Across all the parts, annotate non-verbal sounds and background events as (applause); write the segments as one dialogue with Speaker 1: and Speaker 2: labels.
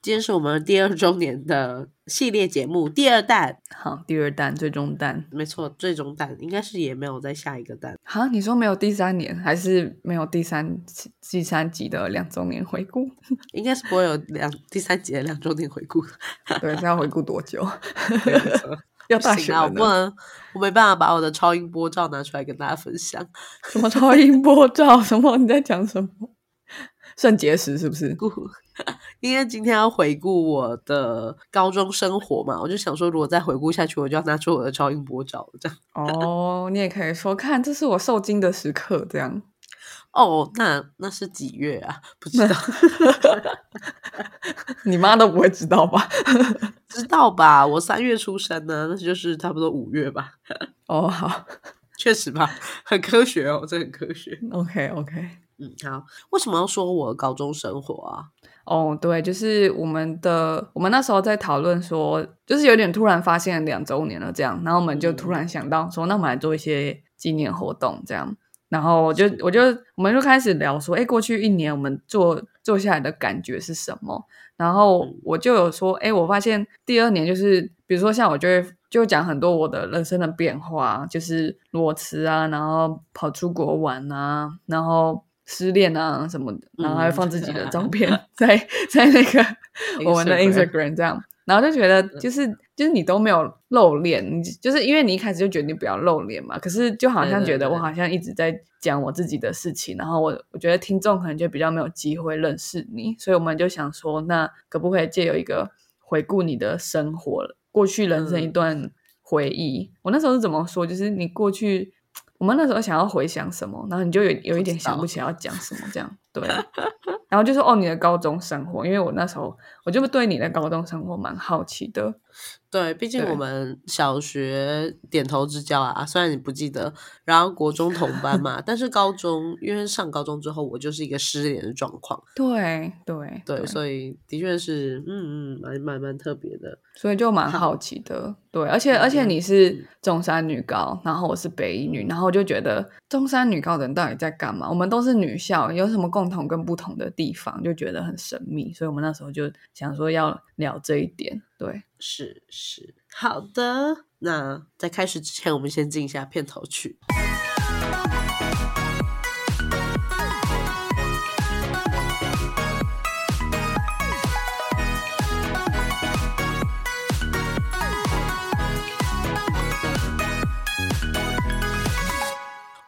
Speaker 1: 今天是我们第二周年的系列节目第二弹，
Speaker 2: 好，第二弹最终弹。
Speaker 1: 没错，最终弹应该是也没有在下一个弹。
Speaker 2: 好，你说没有第三年，还是没有第三第三集的两周年回顾？ (laughs)
Speaker 1: 应该是不会有两第三集的两周年回顾。
Speaker 2: 对，是要回顾多久？
Speaker 1: 没有错
Speaker 2: (laughs) 要大
Speaker 1: 不
Speaker 2: 学
Speaker 1: 行啊，
Speaker 2: 了
Speaker 1: 我
Speaker 2: 呢
Speaker 1: 不能，我没办法把我的超音波照拿出来跟大家分享。
Speaker 2: 什么超音波照？ (laughs) 什么？你在讲什么？肾结石是不是？
Speaker 1: 顾，因为今天要回顾我的高中生活嘛，我就想说，如果再回顾下去，我就要拿出我的超音波照了这样。
Speaker 2: 哦，你也可以说，看，这是我受惊的时刻，这样。
Speaker 1: 哦，那那是几月啊？不
Speaker 2: (laughs)
Speaker 1: 知道，
Speaker 2: 你妈都不会知道吧？
Speaker 1: 知道吧？我三月出生呢、那就是差不多五月吧。
Speaker 2: 哦，好
Speaker 1: 确实吧，很科学哦，这很科学。
Speaker 2: ，OK OK。
Speaker 1: 嗯，好，为什么要说我的高中生活啊？
Speaker 2: 哦，对，就是我们的，我们那时候在讨论说，就是有点突然发现两周年了这样，然后我们就突然想到说，那我们来做一些纪念活动这样，然后我就我就我们就开始聊说，哎，过去一年我们做做下来的感觉是什么？然后
Speaker 1: 嗯
Speaker 2: 我就有说，哎，我发现第二年就是，比如说像我就会就会讲很多我的人生的变化，就是裸辞啊，然后跑出国玩啊，然后失恋啊什么的，然后
Speaker 1: 嗯
Speaker 2: 还会放自己的照片在在那
Speaker 1: (laughs)
Speaker 2: 个我们的 Instagram 这样，然后就觉得
Speaker 1: 嗯
Speaker 2: 就是就是你都没有露脸，你就是因为你一开始就决定不要露脸嘛，可是就好
Speaker 1: 对
Speaker 2: 像
Speaker 1: 对
Speaker 2: 觉得我
Speaker 1: 对
Speaker 2: 好像一直在讲我自己的事情，然后我我觉得听众可能就比较没有机会认识你，所以我们就想说，那可不可以借由一个回顾你的生活了，过去人生一
Speaker 1: 嗯
Speaker 2: 段回忆？我那时候是怎么说？就是你过去。我们那时候想要回想什么，然后你就有有一
Speaker 1: 不
Speaker 2: 点
Speaker 1: 知
Speaker 2: 想不
Speaker 1: 道
Speaker 2: 起来要讲什么，这样 (laughs) 对。然后就说哦，你的高中生活，因为我那时候我就对你的高中生活蛮好奇的。
Speaker 1: 对，毕竟
Speaker 2: 对
Speaker 1: 我们小学点头之交啊，虽然你不记得，然后国中同班 (laughs) 嘛，但是高中因为上高中之后，我就是一个失联的状况，
Speaker 2: 对对
Speaker 1: 对，所以的确是，嗯嗯，蛮蛮蛮特别的，
Speaker 2: 所以就蛮好奇的。对，而且而且你是中山女高，然后我是北一女，然后我就觉得中山女高的人到底在干嘛？我们都是女校，有什么共同跟不同的地方，就觉得很神秘。所以我们那时候就想说要聊这一点。对，
Speaker 1: 是是，好的。那在开始之前，我们先进一下片头曲。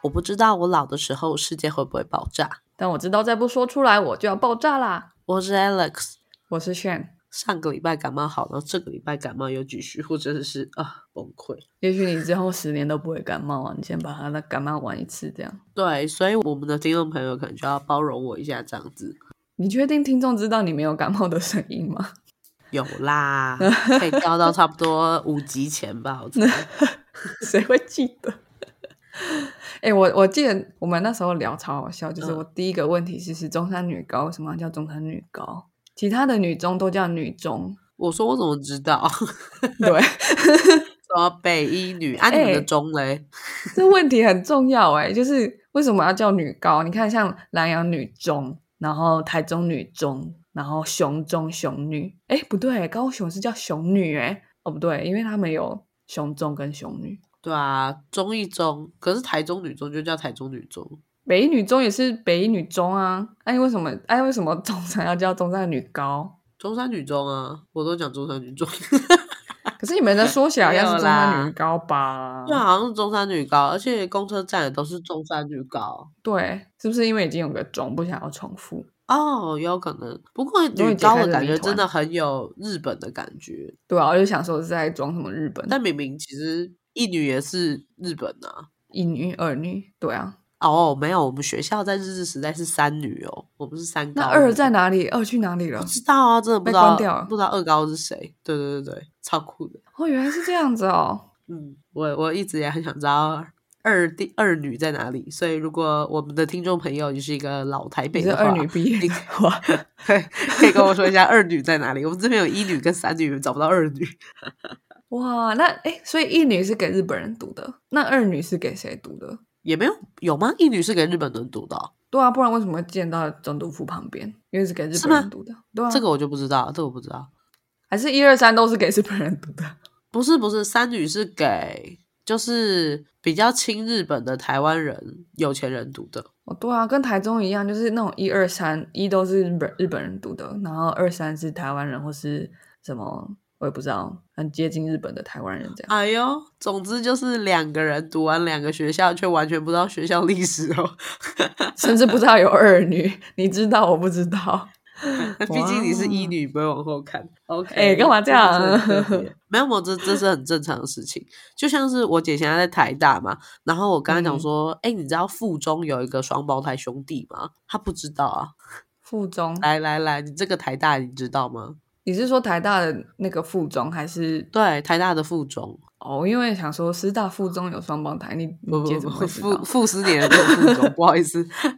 Speaker 1: 我不知道我老的时候世界会不会爆炸。
Speaker 2: 但我知道再不说出来我就要爆炸啦。
Speaker 1: 我是 Alex，
Speaker 2: 我是炫，
Speaker 1: 上个礼拜感冒好，然后这个礼拜感冒又继续，我真的是啊崩溃。
Speaker 2: 也许你之后十年都不会感冒啊，你先把它的感冒玩一次，这样。
Speaker 1: 对，所以我们的听众朋友可能就要包容我一下，这样子
Speaker 2: 你确定听众知道你没有感冒的声音吗？
Speaker 1: 有啦，可以掉到差不多五集前吧。我猜
Speaker 2: 谁会记得？ (laughs) 哎、我我记得我们那时候聊超好笑，就是
Speaker 1: 嗯
Speaker 2: 我第一个问题是是中山女高，什么叫中山女高？其他的女中都叫女中， (laughs)
Speaker 1: 我说我怎么知道？ (laughs)
Speaker 2: 对， (laughs)
Speaker 1: 什么北一女啊？你们的
Speaker 2: 哎
Speaker 1: 中嘞？
Speaker 2: 这问题很重要哎、就是为什么要叫女高？你看像南洋女中，然后台中女中，然后雄中雄女，哎、不对，高雄是叫雄女哎、哦不对，因为他们有雄中跟雄女。
Speaker 1: 对啊，中一中，可是台中女中就叫台中女中。
Speaker 2: 北一女中也是北一女中啊，哎、为什么哎、为什么中山要叫中山女
Speaker 1: (laughs)
Speaker 2: 高？
Speaker 1: 中山女中啊，我都讲中山女中， (laughs)
Speaker 2: 可是你们的缩写好像是
Speaker 1: 没有
Speaker 2: 中
Speaker 1: 啦
Speaker 2: 山女高吧？
Speaker 1: 对，啊好像是中山女高，而且公车站也都是中山女高
Speaker 2: 对，是不是因为已经有个中，不想要重复？
Speaker 1: 哦，有可能。不过
Speaker 2: 终于
Speaker 1: 女
Speaker 2: 解
Speaker 1: 高
Speaker 2: 开
Speaker 1: 的
Speaker 2: 这
Speaker 1: 感
Speaker 2: 谜
Speaker 1: 觉
Speaker 2: 团
Speaker 1: 真的很有日本的感觉，
Speaker 2: 对啊，我就想说是在装什么日本，
Speaker 1: 但明明其实一女也是日本啊。
Speaker 2: 一女二女，对啊，
Speaker 1: 哦，没有，我们学校在日治时代是三女哦，我们是三高。
Speaker 2: 那二在？哪里？二去哪里了
Speaker 1: 不？知道啊，真的不
Speaker 2: 被
Speaker 1: 知道，
Speaker 2: 关掉了
Speaker 1: 不知道二高是谁。对对对对，超酷的。
Speaker 2: 哦，原来是这样子
Speaker 1: (laughs)
Speaker 2: 哦。
Speaker 1: 嗯，我我一直也很想知道二弟二女在哪里，所以如果我们的听众朋友你是一个老台
Speaker 2: 你
Speaker 1: 北
Speaker 2: 是
Speaker 1: 的话，
Speaker 2: 二女毕 (laughs) 业
Speaker 1: (laughs)
Speaker 2: 的话，
Speaker 1: 对，可以跟我说一下二女在哪里。我们这边有一女跟三女，找不到二女。
Speaker 2: 哇，那哎、所以一女是给日本人读的，那二女是给谁读的？
Speaker 1: 也没有有吗？一女是给日本人读的哦、
Speaker 2: 对啊，不然为什么会建到总督府旁边？因为是给日
Speaker 1: 是
Speaker 2: 本人
Speaker 1: 吗
Speaker 2: 读的，对啊，
Speaker 1: 这个我就不知道，这个我不知道。
Speaker 2: 还是一二三都是给日本人读的。
Speaker 1: 不是不是，三女是给就是比较亲日本的台湾人、有钱人读的。
Speaker 2: 哦，对啊，跟台中一样，就是那种一二三一都是日本日本人读的，然后二三是台湾人或是什么，我也不知道，很接近日本的台湾人这样。
Speaker 1: 哎呦，总之就是两个人读完两个学校，却完全不知道学校历史哦。
Speaker 2: 甚至不知道有二女，你知道我不知道。
Speaker 1: 毕竟你是一女，不会往后看。OK，
Speaker 2: 哎干嘛这样
Speaker 1: 真的是很特别没有，没有，这这是很正常的事情。就像是我姐现在在台大嘛，然后我刚才讲
Speaker 2: 嗯
Speaker 1: 说，哎、你知道附中有一个双胞胎兄弟吗？她不知道啊。
Speaker 2: 附中，
Speaker 1: 来来来，你这个台大你知道吗？
Speaker 2: 你是说台大的那个附中还是
Speaker 1: 对，台大的附中，
Speaker 2: 哦？因为想说师大附中有双胞胎，你
Speaker 1: 不
Speaker 2: 你
Speaker 1: 不
Speaker 2: 姐怎么
Speaker 1: 不，
Speaker 2: 会知
Speaker 1: 傅
Speaker 2: 道？
Speaker 1: 傅斯年的附中，不好意思。 (laughs)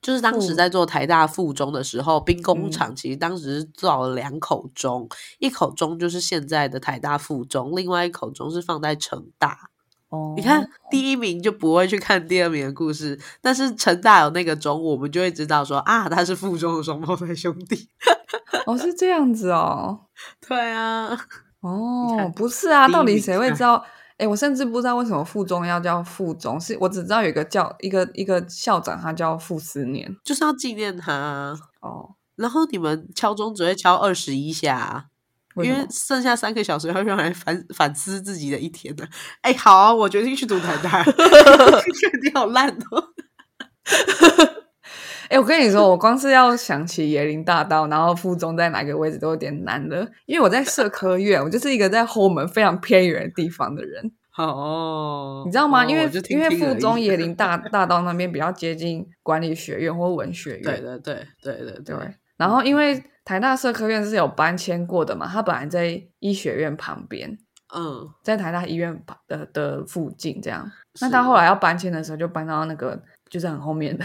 Speaker 1: 就是当时
Speaker 2: 附
Speaker 1: 在做台大附中的时候，兵工
Speaker 2: 嗯
Speaker 1: 厂其实当时是造了两口钟，一口钟就是现在的台大附中，另外一口钟是放在成大。
Speaker 2: 哦
Speaker 1: 你看，第一名就不会去看第二名的故事，但是成大有那个钟，我们就会知道说啊，他是附中的双胞胎兄弟。 (laughs)
Speaker 2: 哦是这样子哦，
Speaker 1: 对啊， (laughs)
Speaker 2: 哦
Speaker 1: 看
Speaker 2: 不是啊，
Speaker 1: 第一
Speaker 2: 到底
Speaker 1: 名
Speaker 2: 谁会
Speaker 1: 哎
Speaker 2: 知道？哎，我甚至不知道为什么附中要叫附中，是我只知道有一个叫一个一个校长，他叫傅斯年
Speaker 1: 就是要纪念他啊。
Speaker 2: 哦，
Speaker 1: 然后你们敲钟只会敲二十一下啊、
Speaker 2: 为
Speaker 1: 因
Speaker 2: 什
Speaker 1: 为
Speaker 2: 么？
Speaker 1: 剩下三个小时要用来反反思自己的一天呢。哎，好啊、我决定去读台大。 (laughs) 你好烂哦！
Speaker 2: 哎、我跟你说，我光是要想起椰林大道，然后附中在哪个位置都有点难了，因为我在社科院，我就是一个在后门非常偏远的地方的人，
Speaker 1: (laughs) 哦，
Speaker 2: 你知道吗？
Speaker 1: 哦
Speaker 2: 因为
Speaker 1: 我就听
Speaker 2: 因为
Speaker 1: 听而
Speaker 2: 附
Speaker 1: 已
Speaker 2: 中
Speaker 1: (laughs)
Speaker 2: 椰林大 (laughs) 大道那边比较接近管理学院或文学
Speaker 1: 对
Speaker 2: 院，
Speaker 1: 对对对对
Speaker 2: 对。然后因为台大社科院是有搬迁过的嘛，它本来在医学院旁边，
Speaker 1: 嗯，
Speaker 2: 在台大医院旁的的附近这样。那
Speaker 1: 是哦
Speaker 2: 他后来要搬迁的时候，就搬到那个就是很后面的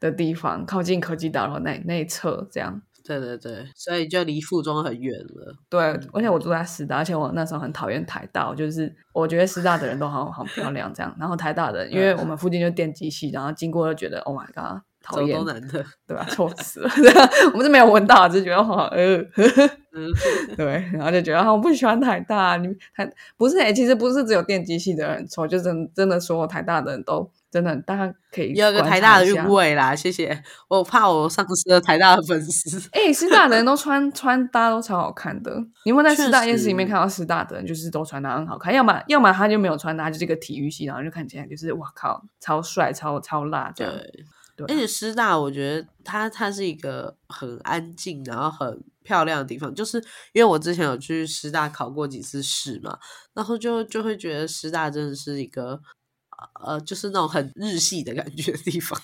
Speaker 2: 的地方，靠近科技大楼那那一侧这样。
Speaker 1: 对对对，所以就离附中很远了。
Speaker 2: 对，而且我住在师大，而且我那时候很讨厌台大，我就是我觉得师大的人都好好漂亮这样，然后台大的人，因为我们附近就电机系，然后经过就觉得 Oh my god，讨
Speaker 1: 走
Speaker 2: 厌
Speaker 1: 东， (laughs) 南的，
Speaker 2: 对吧、 (laughs) 臭死了，这样我们是没有闻到，只是觉得好呃，
Speaker 1: 嗯，
Speaker 2: (laughs) 对，然后就觉得啊，我不喜欢台大，你们台不是哎、其实不是只有电机系的人丑，就真真的所有台大的人都真的，大家可以
Speaker 1: 有一个
Speaker 2: 观
Speaker 1: 台
Speaker 2: 察
Speaker 1: 大的啊
Speaker 2: 一
Speaker 1: 韵
Speaker 2: 下。
Speaker 1: 味啦，谢谢。我怕我丧失了台大的粉丝。
Speaker 2: 哎、师大的人都穿穿搭都超好看的。你有没有在
Speaker 1: 确
Speaker 2: 师大夜市里面
Speaker 1: 实
Speaker 2: 看到师大的人，就是都穿搭很好看？要么要么他就没有穿搭，就是一个体育系，然后就看起来就是哇靠，超帅、超超辣这样。
Speaker 1: 对，
Speaker 2: 对
Speaker 1: 而且师大，我觉得它它是一个很安静，然后很漂亮的地方。就是因为我之前有去师大考过几次试嘛，然后就就会觉得师大真的是一个呃，就是那种很日系的感觉的地方。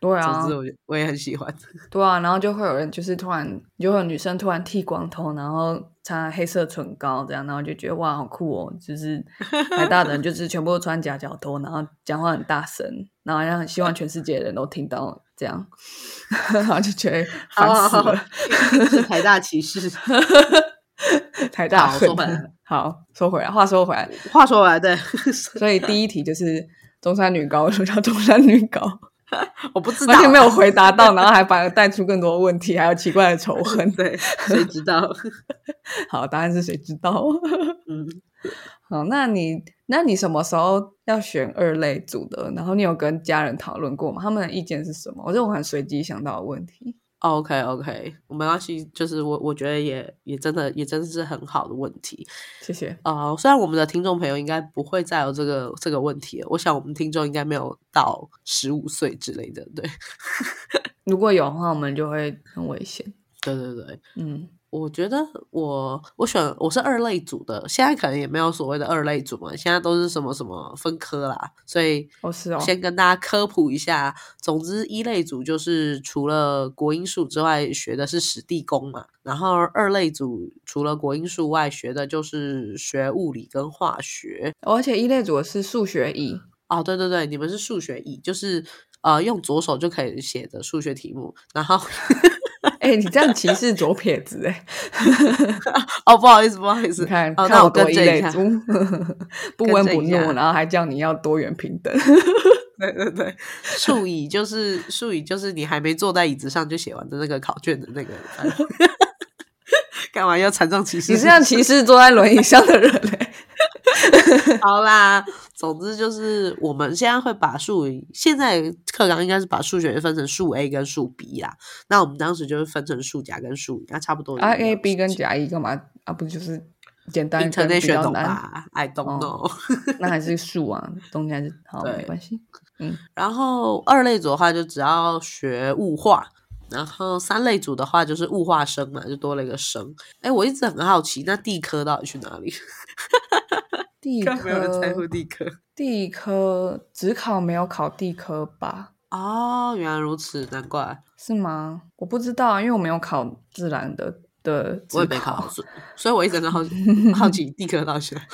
Speaker 2: 对 (laughs) 啊
Speaker 1: 总之，，我就我也很
Speaker 2: (laughs)
Speaker 1: 喜欢。
Speaker 2: 对啊，然后就会有人就是突然，就会有女生突然剃光头，然后擦黑色唇膏这样，然后就觉得哇，好酷哦！就是台大的人就是全部都穿夹脚拖，然后讲话很大声，然后让希望全世界的人都听到这样， (laughs) 然后就觉得烦
Speaker 1: 啊
Speaker 2: 死了。
Speaker 1: 是台大骑士。
Speaker 2: 台大
Speaker 1: 好
Speaker 2: 混
Speaker 1: 收回来，
Speaker 2: 好收回来，话说回来，
Speaker 1: 话说回来，对， (laughs)
Speaker 2: 所以第一题就是中山女高，为什么叫中山女高？
Speaker 1: 我不知道
Speaker 2: 完全没有回答到，然后还反而带出更多问题，还有奇怪的仇恨。
Speaker 1: 对，谁知
Speaker 2: (laughs)
Speaker 1: 道？
Speaker 2: 好，答案是谁知道？ (laughs)
Speaker 1: 嗯，
Speaker 2: 好，那你那你什么时候要选二类组的？然后你有跟家人讨论过吗？他们的意见是什么？我这种很随机想到的问题。
Speaker 1: OK OK，没关系，就是我我觉得也也真的也真的是很好的问题。
Speaker 2: 谢谢。
Speaker 1: 呃，虽然我们的听众朋友应该不会再有这个这个问题了，我想我们听众应该没有到十五岁之类的。对 (laughs)
Speaker 2: 如果有的话，我们就会很危险。
Speaker 1: 对对对，
Speaker 2: 嗯，
Speaker 1: 我觉得我我选我是二类组的，现在可能也没有所谓的二类组嘛，现在都是什么什么分科啦，所以
Speaker 2: 哦是哦，
Speaker 1: 先跟大家科普一下，总之一类组就是除了国英数之外学的是史地工嘛，然后二类组除了国英数外学的就是学物理跟化学。
Speaker 2: 哦而且一类组的是数学乙，
Speaker 1: 哦，对对对，你们是数学乙，就是呃用左手就可以写的数学题目。然后 (laughs)
Speaker 2: 哎、你这样歧视左撇子哎、
Speaker 1: 哦，不好意思，不好意
Speaker 2: 你
Speaker 1: 思，
Speaker 2: 看，
Speaker 1: 哦，
Speaker 2: 看
Speaker 1: 那
Speaker 2: 我
Speaker 1: 我
Speaker 2: 多
Speaker 1: 更
Speaker 2: 一
Speaker 1: 正一
Speaker 2: 类
Speaker 1: 下，
Speaker 2: (laughs) 猪，不
Speaker 1: 更
Speaker 2: 温
Speaker 1: 正
Speaker 2: 不
Speaker 1: 一
Speaker 2: 怒，
Speaker 1: 下
Speaker 2: 然后还叫你要多元平等。
Speaker 1: (laughs) 对对对，数乙就是数乙就是你还没坐在椅子上就写完的那个考卷的那个。啊 (laughs) 干嘛要残障歧视？
Speaker 2: (laughs) 你是要歧视坐在轮椅上的人 (laughs) 嘞、
Speaker 1: 好啦，总之就是我们现在会把数理现在课纲应该是把数学分成数 A 跟数 B 啦。那我们当时就是分成数甲跟数乙，那差不多一
Speaker 2: 啊
Speaker 1: 样的
Speaker 2: ，A、B 跟
Speaker 1: 事情
Speaker 2: 甲乙干嘛？啊，不就是简单跟比较
Speaker 1: international
Speaker 2: 难？
Speaker 1: 吧，I don't
Speaker 2: 哦
Speaker 1: know。
Speaker 2: 那还是数啊，中间还是好没
Speaker 1: 对
Speaker 2: 关系。
Speaker 1: 然后二类组的话，就只要学物化。然后三类组的话就是物化生嘛，就多了一个生。哎，我一直很好奇，那地科到底去哪里？
Speaker 2: 地
Speaker 1: 应该没有人在乎
Speaker 2: 科，
Speaker 1: 地科。
Speaker 2: 地科只考没有考地科吧？
Speaker 1: (laughs) 哦，原来如此，难怪
Speaker 2: 是吗？我不知道啊，因为我没有考自然的的
Speaker 1: 我
Speaker 2: 自
Speaker 1: 也没考，所以所以我一直很好 (laughs) 好奇地科到底去哪里。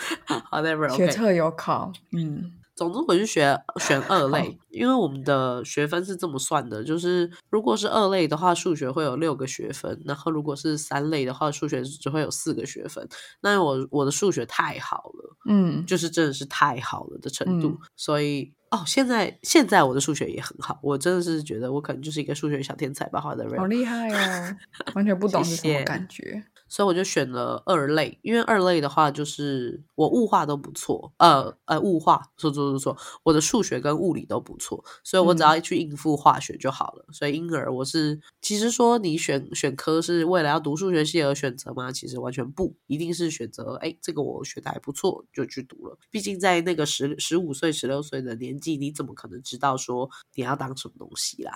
Speaker 1: However， (laughs)
Speaker 2: (laughs) 学
Speaker 1: OK，
Speaker 2: 测有考，嗯，
Speaker 1: 总之我是学选二类，因为我们的学分是这么算的，就是如果是二类的话，数学会有六个学分，然后如果是三类的话，数学只会有四个学分。那我我的数学太好了，
Speaker 2: 嗯，
Speaker 1: 就是真的是太好了的程度，
Speaker 2: 嗯
Speaker 1: 所以。哦，现在现在我的数学也很好，我真的是觉得我可能就是一个数学小天才吧，好的人
Speaker 2: 好。厉害
Speaker 1: (laughs)
Speaker 2: 哦，完全不懂是什
Speaker 1: 谢
Speaker 2: 么
Speaker 1: 谢
Speaker 2: 感觉。
Speaker 1: 所以我就选了二类，因为二类的话就是我物化都不错，呃呃物化说错说错，我的数学跟物理都不错，所以我只
Speaker 2: 嗯
Speaker 1: 要去应付化学就好了。所以因而我是其实说你选选科是为了要读数学系而选择吗？其实完全不，一定是选择哎这个我学的还不错就去读了。毕竟在那个十十五岁十六岁的年纪，你怎么可能知道说你要当什么东西啦？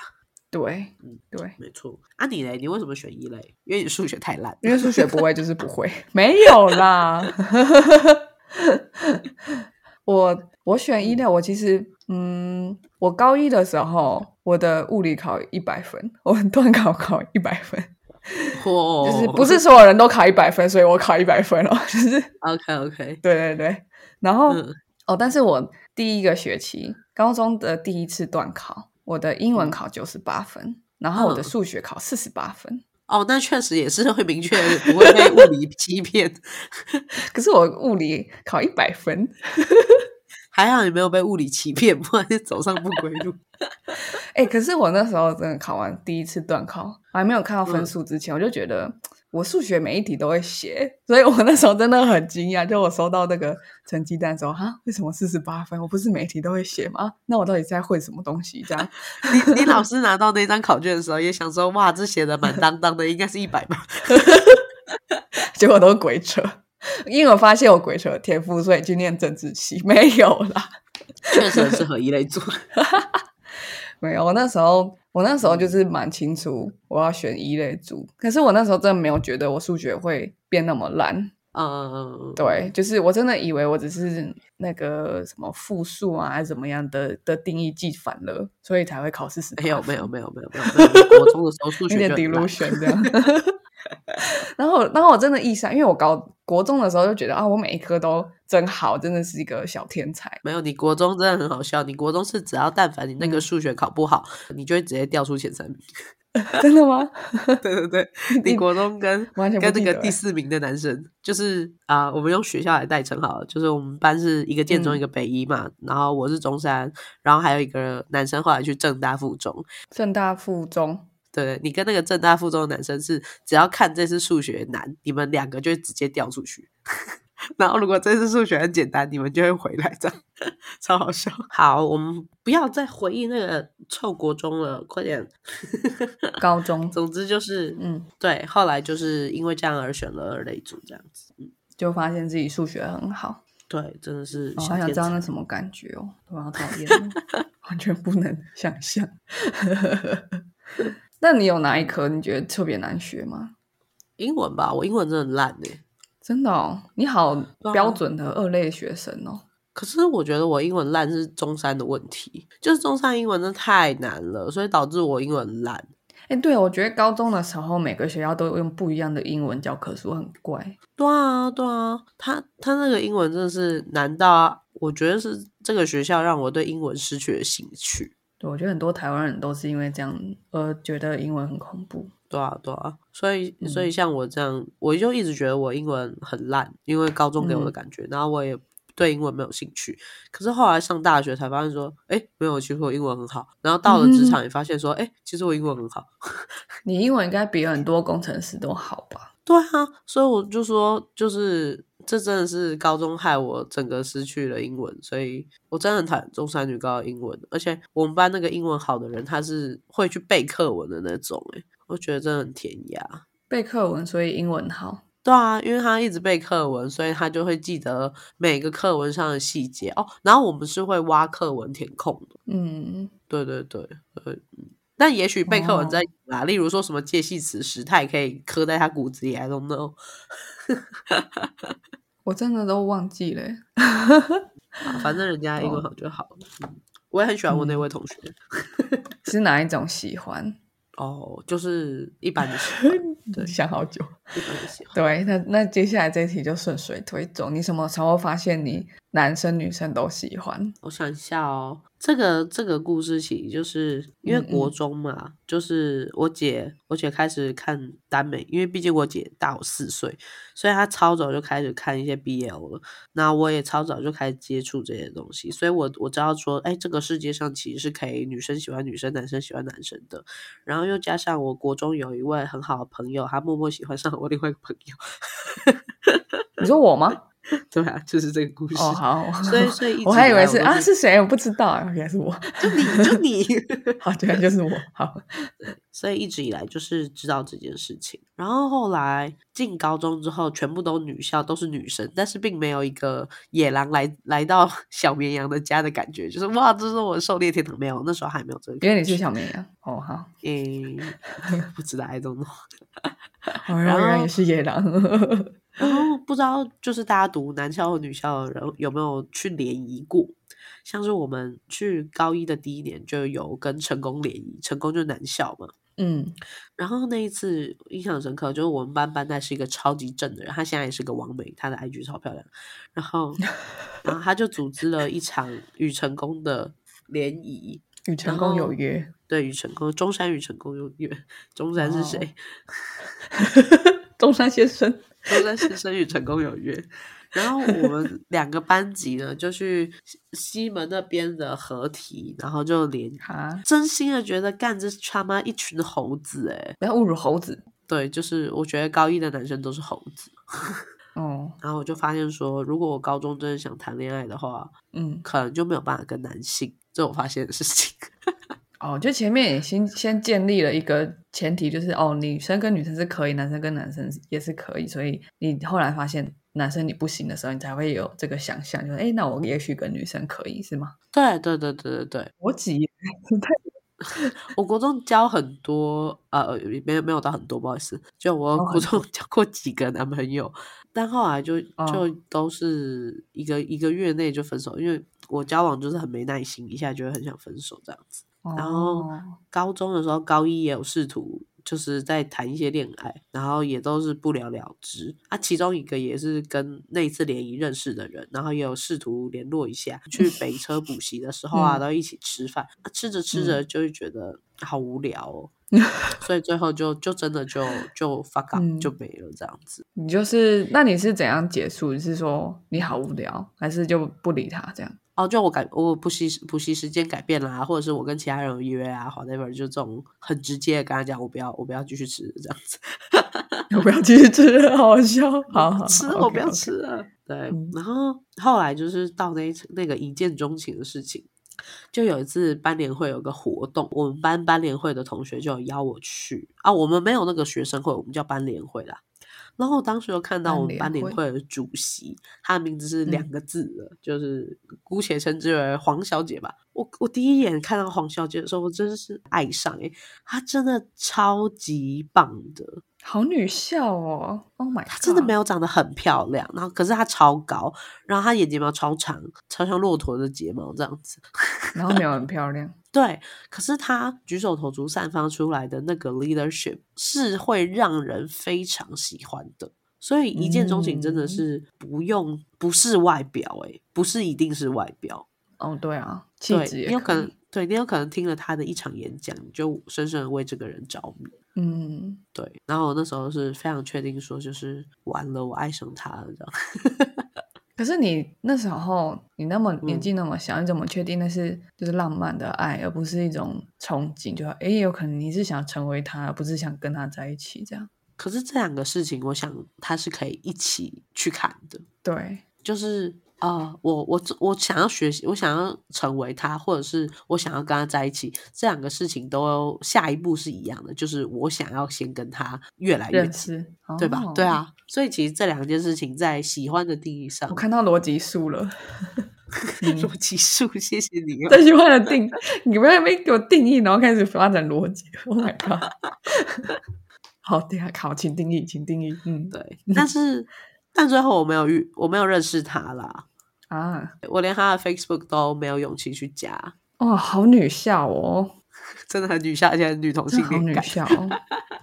Speaker 2: 对
Speaker 1: 嗯，
Speaker 2: 对，
Speaker 1: 没错，啊你嘞，你为什么选一类？因为你数学太烂。
Speaker 2: 因
Speaker 1: (laughs)
Speaker 2: 为数学不会就是不会， (laughs) 没有啦。我我选一类，我其实嗯，我高一的时候，我的物理考一百分，我段考考一百分，
Speaker 1: 嚯
Speaker 2: 就是不是所有人都考一百分，所以我考一百分了，哦 (laughs) 就是
Speaker 1: ？OK OK，
Speaker 2: 对对对。然后、
Speaker 1: 嗯
Speaker 2: 哦，但是我第一个学期高中的第一次段考，我的英文考九十八分，然后我的
Speaker 1: 嗯
Speaker 2: 数学考四十八分。 (laughs)
Speaker 1: 哦，那确实也是会明确不会被物理欺骗， (laughs)
Speaker 2: 可是我物理考一百分，
Speaker 1: 还好你没有被物理欺骗，不然就走上不归路。 (laughs)
Speaker 2: 哎、可是我那时候真的考完第一次段考，我还没有看到分数之前，我就觉得我数学每一题都会写，所以我那时候真的很惊讶。就我收到那个成绩单的时候，哈，为什么四十八分？我不是每一题都会写吗？啊那我到底在混什么东西？这样
Speaker 1: 你你老师拿到那张考卷的时候，也想说哇，这写的满当当的，应该是一百吧？
Speaker 2: 结果都是鬼扯。 (laughs) 因为我发现我鬼扯的天赋，所以去念政治系 (laughs) 没有啦，
Speaker 1: 确实很适合一类组。
Speaker 2: 没有。我那时候，我那时候就是蛮清楚我要选一类组，可是我那时候真的没有觉得我数学会变那么烂，
Speaker 1: (laughs) 嗯，
Speaker 2: 对，就是我真的以为我只是那个什么复数啊，还是怎么样的的定义记反了，所以才会考试十
Speaker 1: 哎没有没有没有没有没有，没 (laughs) 有国中的时候数
Speaker 2: 有
Speaker 1: 学
Speaker 2: 点
Speaker 1: 就很烂
Speaker 2: delusion 这样。 (laughs) 然后，然后我真的意识到，因为我高国中的时候就觉得啊，我每一科都真好，真的是一个小天才。 (laughs)
Speaker 1: 没有，你国中真的很好笑。你国中是只要但凡你那个
Speaker 2: 嗯
Speaker 1: 数学考不好，你就会直接掉出前三名。
Speaker 2: 真的吗？
Speaker 1: (laughs) 对对对，你国中跟
Speaker 2: 完全不
Speaker 1: 跟那
Speaker 2: 记
Speaker 1: 个
Speaker 2: 得
Speaker 1: 第
Speaker 2: 欸
Speaker 1: 四名的男生，就是啊、我们用学校来代称好了，就是我们班是一个建中，
Speaker 2: 嗯
Speaker 1: 一个北一嘛，然后我是中山，然后还有一个男生后来去正大附中。
Speaker 2: 正大附中，
Speaker 1: 对对，你跟那个正大附中的男生是，只要看这次数学难，你们两个就会直接掉出去。 (laughs) 然后如果这次数学很简单，你们就会回来，这样 (laughs) 超好笑。好，我们不要再回忆那个臭国中了，快点。
Speaker 2: 高中，
Speaker 1: 总之就是，
Speaker 2: 嗯，
Speaker 1: 对，后来就是因为这样而选了二类组这样子。
Speaker 2: 就发现自己数学很好。
Speaker 1: 对，真的是
Speaker 2: 我
Speaker 1: 小
Speaker 2: 哦好想
Speaker 1: 天
Speaker 2: 知道
Speaker 1: 才。
Speaker 2: 那什么感觉哦，我好讨厌哦，完全不能想象。 (laughs) 那你有哪一科你觉得特别难学吗？
Speaker 1: 英文吧，我英文真的很烂哎、
Speaker 2: 真的哦，你好
Speaker 1: 对啊
Speaker 2: 标准的二类学生哦。
Speaker 1: 可是我觉得我英文烂是中山的问题，就是中山英文真的太难了，所以导致我英文烂。
Speaker 2: 哎，对，我觉得高中的时候每个学校都用不一样的英文教科书，很怪。
Speaker 1: 对啊，对啊，他他那个英文真的是难到、啊，我觉得是这个学校让我对英文失去了兴趣。
Speaker 2: 对，我觉得很多台湾人都是因为这样而觉得英文很恐怖。
Speaker 1: 对啊，对啊，所以所以像我这样，我就一直觉得我英文很烂，因为高中给我的
Speaker 2: 嗯
Speaker 1: 感觉，然后我也对英文没有兴趣。可是后来上大学才发现说，哎，没有，其实我英文很好。然后到了职场也发现说，哎、其实我英文很好。
Speaker 2: 你英文应该比很多工程师都好吧？
Speaker 1: 对啊，所以我就说，就是这真的是高中害我整个失去了英文，所以我真的很讨厌中山女高的英文。而且我们班那个英文好的人，他是会去背课文的那种、欸，我觉得真的很填鸭。
Speaker 2: 背课文，所以英文好。
Speaker 1: 对啊，因为他一直背课文，所以他就会记得每个课文上的细节哦。然后我们是会挖课文填空的，
Speaker 2: 嗯，
Speaker 1: 对对对，呃，嗯但也许背课文
Speaker 2: 哦
Speaker 1: 在啦，例如说什么介系词时态可以刻在他骨子里，I don't know。
Speaker 2: 我真的都忘记了欸。
Speaker 1: 啊反正人家英文
Speaker 2: 哦
Speaker 1: 好就好。嗯，我也很喜欢我那
Speaker 2: 嗯
Speaker 1: 位同学。
Speaker 2: 是哪一种喜欢？
Speaker 1: 哦，就是一般的喜欢，
Speaker 2: (laughs)
Speaker 1: 对，
Speaker 2: 想好久。
Speaker 1: 一般的喜欢。
Speaker 2: 对，那那接下来这一题就顺水推舟。你什么时候发现你男生女生都喜欢？
Speaker 1: 我想一下哦，这个这个故事起就是因为
Speaker 2: 嗯嗯
Speaker 1: 国中嘛，就是我姐我姐开始看耽美，因为毕竟我姐大我四岁，所以她超早就开始看一些 BL 了。那我也超早就开始接触这些东西，所以我我知道说，哎，这个世界上其实是可以女生喜欢女生，男生喜欢男生的。然后又加上我国中有一位很好的朋友，他默默喜欢上了我另外一个朋友。 (laughs)
Speaker 2: 你说我吗？
Speaker 1: 对啊，就是这个故事。
Speaker 2: 哦，好，
Speaker 1: 所以所以一
Speaker 2: (laughs) 我
Speaker 1: 直
Speaker 2: 还以
Speaker 1: 以
Speaker 2: 为
Speaker 1: 来
Speaker 2: 是
Speaker 1: 我都
Speaker 2: 啊
Speaker 1: 是
Speaker 2: 是谁？我不知道，啊原来是我。
Speaker 1: (laughs)
Speaker 2: (laughs)
Speaker 1: 就你就你，
Speaker 2: 好，居然就是我。好，
Speaker 1: 所以一直以来就是知道这件事情。然后后来进高中之后，全部都女校，都是女生，但是并没有一个野狼来 (laughs) 来到小绵羊的家的感觉，就是哇，这是我的狩猎天堂。没有，那时候还没有这个
Speaker 2: 因
Speaker 1: 感觉。
Speaker 2: 为你是小绵羊。哦，好， (laughs)
Speaker 1: 嗯，不知道 I don't know。
Speaker 2: 哦，然后原
Speaker 1: 然
Speaker 2: 来
Speaker 1: 后
Speaker 2: 也是野狼。 (laughs)
Speaker 1: 然后不知道就是大家读男校或女校的人有没有去联谊过？像是我们去高一的第一年就有跟成功联谊，成功就是男校嘛。
Speaker 2: 嗯，
Speaker 1: 然后那一次印象很深刻，就是我们班班代是一个超级正的人，她现在也是个王美，她的 IG 超漂亮。然后，然后她就组织了一场与成功的联谊，
Speaker 2: 与成功有
Speaker 1: 后
Speaker 2: 约。
Speaker 1: 对，与成功，中山与成功有约，中山是谁？
Speaker 2: 中山先生。
Speaker 1: 都在师生与成功有约。然后我们两个班级呢，就去西西门那边的合体，然后就联谊。
Speaker 2: 啊，
Speaker 1: 真心的觉得，干这他妈一群猴子哎、
Speaker 2: 不要侮辱猴子。
Speaker 1: 对，就是我觉得高一的男生都是猴子。
Speaker 2: 哦，
Speaker 1: 然后我就发现说，如果我高中真的想谈恋爱的话，
Speaker 2: 嗯，
Speaker 1: 可能就没有办法跟男性，这我发现的事情。 (laughs)
Speaker 2: 哦，就前面也先先建立了一个前提，就是哦，女生跟女生是可以，男生跟男生也是可以，所以你后来发现男生你不行的时候，你才会有这个想象，就是哎，诶那我也许跟女生可以是吗？
Speaker 1: 对对对对对对，
Speaker 2: 逻辑
Speaker 1: 我国中交很多，呃，没有没有到很多，不好意思，就我
Speaker 2: 哦
Speaker 1: 国
Speaker 2: 很
Speaker 1: 中交过几个男朋友，但后来就
Speaker 2: 哦
Speaker 1: 就都是一个一个月内就分手，因为我交往就是很没耐心，一下就会很想分手这样子。然后
Speaker 2: (laughs) 哦
Speaker 1: 高中的时候，高一也有试图就是在谈一些恋爱，然后也都是不了了之。啊，其中一个也是跟那一次联谊认识的人，然后也有试图联络一下。去北车补习的时候啊，
Speaker 2: 嗯
Speaker 1: 都一起吃饭，啊、吃着吃着就会觉得好无聊
Speaker 2: (laughs)
Speaker 1: 哦，所以最后就就真的就就 fuck up、
Speaker 2: 嗯
Speaker 1: 就没了这样子。
Speaker 2: 你就是，那你是怎样结束？你是说你好无聊，还是就不理他这样？ (laughs)
Speaker 1: 哦，就我改我补习补习时间改变啦、或者是我跟其他人有约啊，whatever，就这种很直接的跟他讲，我不要我不要继续吃这样子。
Speaker 2: 我不要继续吃 (laughs) 了，好好笑，好好
Speaker 1: 吃
Speaker 2: 好
Speaker 1: 我不
Speaker 2: OK，
Speaker 1: 要
Speaker 2: OK
Speaker 1: 吃啊了。对
Speaker 2: 嗯，
Speaker 1: 然后后来就是到那一次那个一见钟情的事情，就有一次班联会有个活动，我们班班联会的同学就有邀我去啊，我们没有那个学生会，我们叫班联会啦。然后我当时有看到
Speaker 2: 班
Speaker 1: 我们班
Speaker 2: 联
Speaker 1: 联会
Speaker 2: 会
Speaker 1: 的主席，他的名字是两
Speaker 2: 嗯
Speaker 1: 个字的，就是姑且称之为黄小姐吧。我我第一眼看到黄小姐的时候，我真的是爱上诶、她真的超级棒的，
Speaker 2: 好女校哦，Oh my，
Speaker 1: (laughs) 她真的没
Speaker 2: 有，
Speaker 1: 有长得很漂亮，然后可是她超高，然后她眼睫毛超长，超像骆驼的睫毛这样子。
Speaker 2: 然后没有很漂亮，
Speaker 1: 对，可是她举手投足散发出来的那个 leadership 是会让人非常喜欢的。所以一见钟情真的
Speaker 2: 嗯
Speaker 1: 是不用，不是外表、欸，不是一定是外表，
Speaker 2: 哦，对啊，气
Speaker 1: 对
Speaker 2: 质
Speaker 1: 你
Speaker 2: 也
Speaker 1: 有可能
Speaker 2: 以，，
Speaker 1: 对你有可能听了她的一场演讲，你就深深的为这个人着迷。
Speaker 2: 嗯，
Speaker 1: 对，然后我那时候是非常确定说，就是完了，我爱上他了这样。
Speaker 2: 可是你那时候你那么年
Speaker 1: 嗯
Speaker 2: 纪那么小，你怎么确定那是就是浪漫的爱，而不是一种憧憬？就诶，有可能你是想成为他，而不是想跟他在一起这样。
Speaker 1: 可是这两个事情，我想它是可以一起去看的。
Speaker 2: 对，
Speaker 1: 就是啊、呃我我我想要学习，我想要成为他，或者是我想要跟他在一起，这两个事情都下一步是一样的，就是我想要先跟他越来越
Speaker 2: 认
Speaker 1: 近，
Speaker 2: 识，
Speaker 1: 对吧
Speaker 2: 哦？
Speaker 1: 对。啊，所以其实这两件事情在喜欢的定义上
Speaker 2: 我，看到逻辑数了，
Speaker 1: (laughs)
Speaker 2: (laughs)
Speaker 1: 逻辑数，谢谢你、哦。
Speaker 2: 这句话的定，你不要在那边给我定义，然后开始发展逻辑。Oh my god！好，等一下考，请定义，请定义。嗯，
Speaker 1: 对，但是但最后我没有遇，我没有认识他啦，
Speaker 2: 啊，
Speaker 1: 我连他的 Facebook 都没有勇气去加， (laughs)
Speaker 2: 哇，好女校哦，
Speaker 1: 真的很女校，而且很女同
Speaker 2: 真
Speaker 1: 性
Speaker 2: 的好
Speaker 1: 恋
Speaker 2: 女
Speaker 1: 感， (laughs)
Speaker 2: 校哦。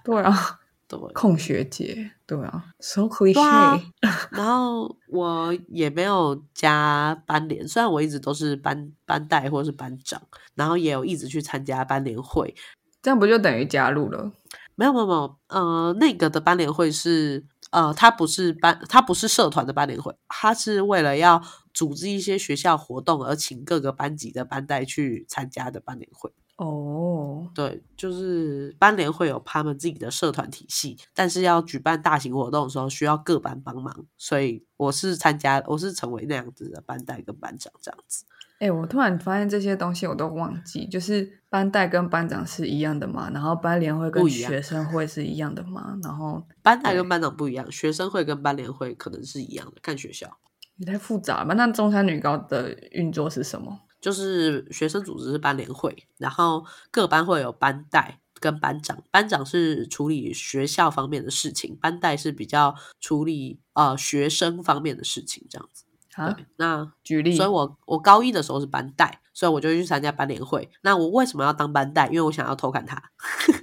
Speaker 2: 对啊，
Speaker 1: 对。
Speaker 2: 控学姐，对啊，so
Speaker 1: 对啊
Speaker 2: cliche。
Speaker 1: 然后我也没有加班联，虽然我一直都是班班带或是班长，然后也有一直去参加班联会。
Speaker 2: 这样不就等于加入了？
Speaker 1: 没有没有没有，呃，那个的班联会是呃，它不是班，它不是社团的班联会，它是为了要组织一些学校活动而请各个班级的班带去参加的班联会。
Speaker 2: 哦，
Speaker 1: 对，就是班联会有他们自己的社团体系，但是要举办大型活动的时候，需要各班帮忙，所以我是参加，我是成为那样子的班带跟班长这样子。
Speaker 2: 哎、我突然发现这些东西我都忘记，就是班带跟班长是一样的嘛，然后班联会跟
Speaker 1: 不一样
Speaker 2: 学生会是一样的嘛，然后
Speaker 1: 班带
Speaker 2: 对
Speaker 1: 跟班长不一样，学生会跟班联会可能是一样的，看学校。
Speaker 2: 也太复杂了吧？那中山女高的运作是什么？
Speaker 1: 就是学生组织是班联会，然后各班会有班带跟班长，班长是处理学校方面的事情，班带是比较处理呃学生方面的事情这样子。
Speaker 2: 啊，
Speaker 1: 对，那
Speaker 2: 举例，
Speaker 1: 所以我我高一的时候是班带，所以我就去参加班联会。那我为什么要当班带？因为我想要偷看他，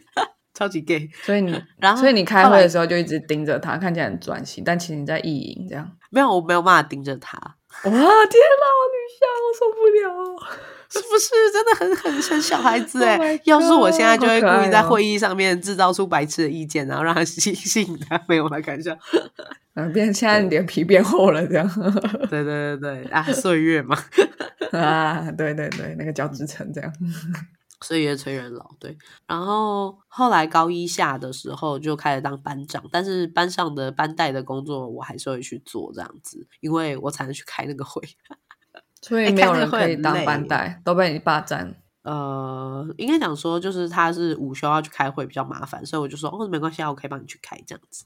Speaker 1: (laughs) 超级 gay。
Speaker 2: 所 (laughs) 以你，
Speaker 1: 然后
Speaker 2: 所以你开
Speaker 1: 后
Speaker 2: 会
Speaker 1: 来
Speaker 2: 的时候就一直盯着他，看起来很专心，但其实你在意淫这样。
Speaker 1: 没有，我没有办法盯着他，
Speaker 2: 哇，天哪，好女校，我受不了。
Speaker 1: 是不是真的很很很小孩子哎、
Speaker 2: (laughs) Oh my
Speaker 1: 要是我现在
Speaker 2: God，
Speaker 1: 就会
Speaker 2: 好可
Speaker 1: 故意在
Speaker 2: 爱哦
Speaker 1: 会议上面制造出白痴的意见，然后让他 (laughs) 吸吸引他。没有啦，开玩笑。
Speaker 2: 嗯，变现在脸皮变厚了这样。 (laughs)
Speaker 1: 对对对对啊，岁月嘛，
Speaker 2: 啊，对对对，那个角质层这样。
Speaker 1: 岁月催人老。对，然后后来高一下的时候就开始当班长，但是班上的班带的工作我还是会去做这样子，因为我才能去开那个会。
Speaker 2: 所以
Speaker 1: 哎
Speaker 2: 没
Speaker 1: 看
Speaker 2: 有
Speaker 1: 那个
Speaker 2: 人
Speaker 1: 会
Speaker 2: 可以
Speaker 1: 很
Speaker 2: 当
Speaker 1: 累
Speaker 2: 班带，都被你霸占。
Speaker 1: 呃，应该讲说，就是他是午休要去开会，比较麻烦，所以我就说，哦，没关系啊，我可以帮你去开这样子。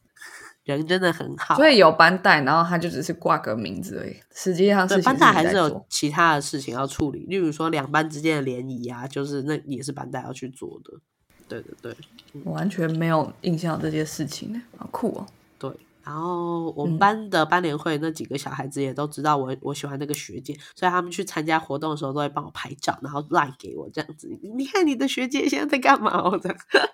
Speaker 1: 人真的很好，
Speaker 2: 所以有班带，然后他就只是挂个名字而已，实际上
Speaker 1: 对
Speaker 2: 事情
Speaker 1: 班带
Speaker 2: 你
Speaker 1: 还
Speaker 2: 在
Speaker 1: 是有
Speaker 2: 做。
Speaker 1: 其他的事情要处理，例如说两班之间的联谊啊，就是那也是班带要去做的。对对对
Speaker 2: 我完全没有印象这些事情呢，好酷哦！
Speaker 1: 对。然后我
Speaker 2: 嗯
Speaker 1: 们班的班联会那几个小孩子也都知道我我喜欢那个学姐，所以他们去参加活动的时候都会帮我拍照，然后赖给我这样子。你看你的学姐现在在干嘛哦？这样 (laughs)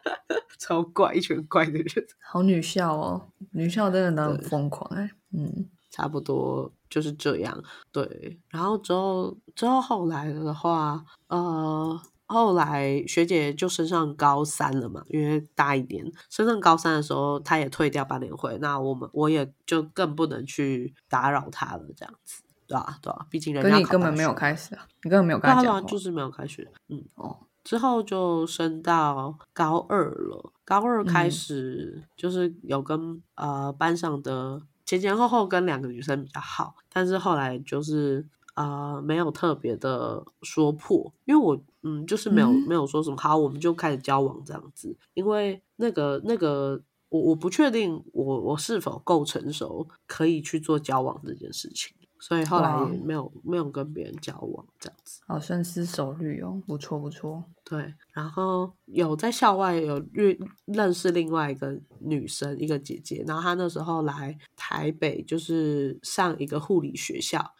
Speaker 1: 超怪，一群怪的人。
Speaker 2: 好女校哦，女校真的都很
Speaker 1: 对
Speaker 2: 疯狂哎、嗯，
Speaker 1: 差不多就是这样。对，然后之后之后后来的话，呃，后来学姐就升上高三了嘛，因为大一点，升上高三的时候，她也退掉班联会，那我们我也就更不能去打扰她了，这样子，对啊？对啊，毕竟人
Speaker 2: 可
Speaker 1: 家
Speaker 2: 你
Speaker 1: 考
Speaker 2: 根
Speaker 1: 大
Speaker 2: 本没有
Speaker 1: 学
Speaker 2: 开始啊，你根本没有跟
Speaker 1: 对
Speaker 2: 他
Speaker 1: 啊，
Speaker 2: 讲
Speaker 1: 对啊
Speaker 2: 话。
Speaker 1: 就是没有开学，嗯，
Speaker 2: 哦，
Speaker 1: 之后就升到高二了。高二开
Speaker 2: 嗯
Speaker 1: 始就是有跟、呃班上的前前后后跟两个女生比较好，但是后来就是呃没有特别的说破，因为我嗯就是没有、
Speaker 2: 嗯
Speaker 1: 没有说什么好，我们就开始交往这样子，因为那个那个。我我不确定我我是否够成熟，可以去做交往这件事情，所以后来
Speaker 2: 哇
Speaker 1: 也没有没有跟别人交往这样子。
Speaker 2: 好深思熟虑哦，不错不错。
Speaker 1: 对，然后有在校外有认认识另外一个女生，一个姐姐，然后她那时候来台北，就是上一个护理学校，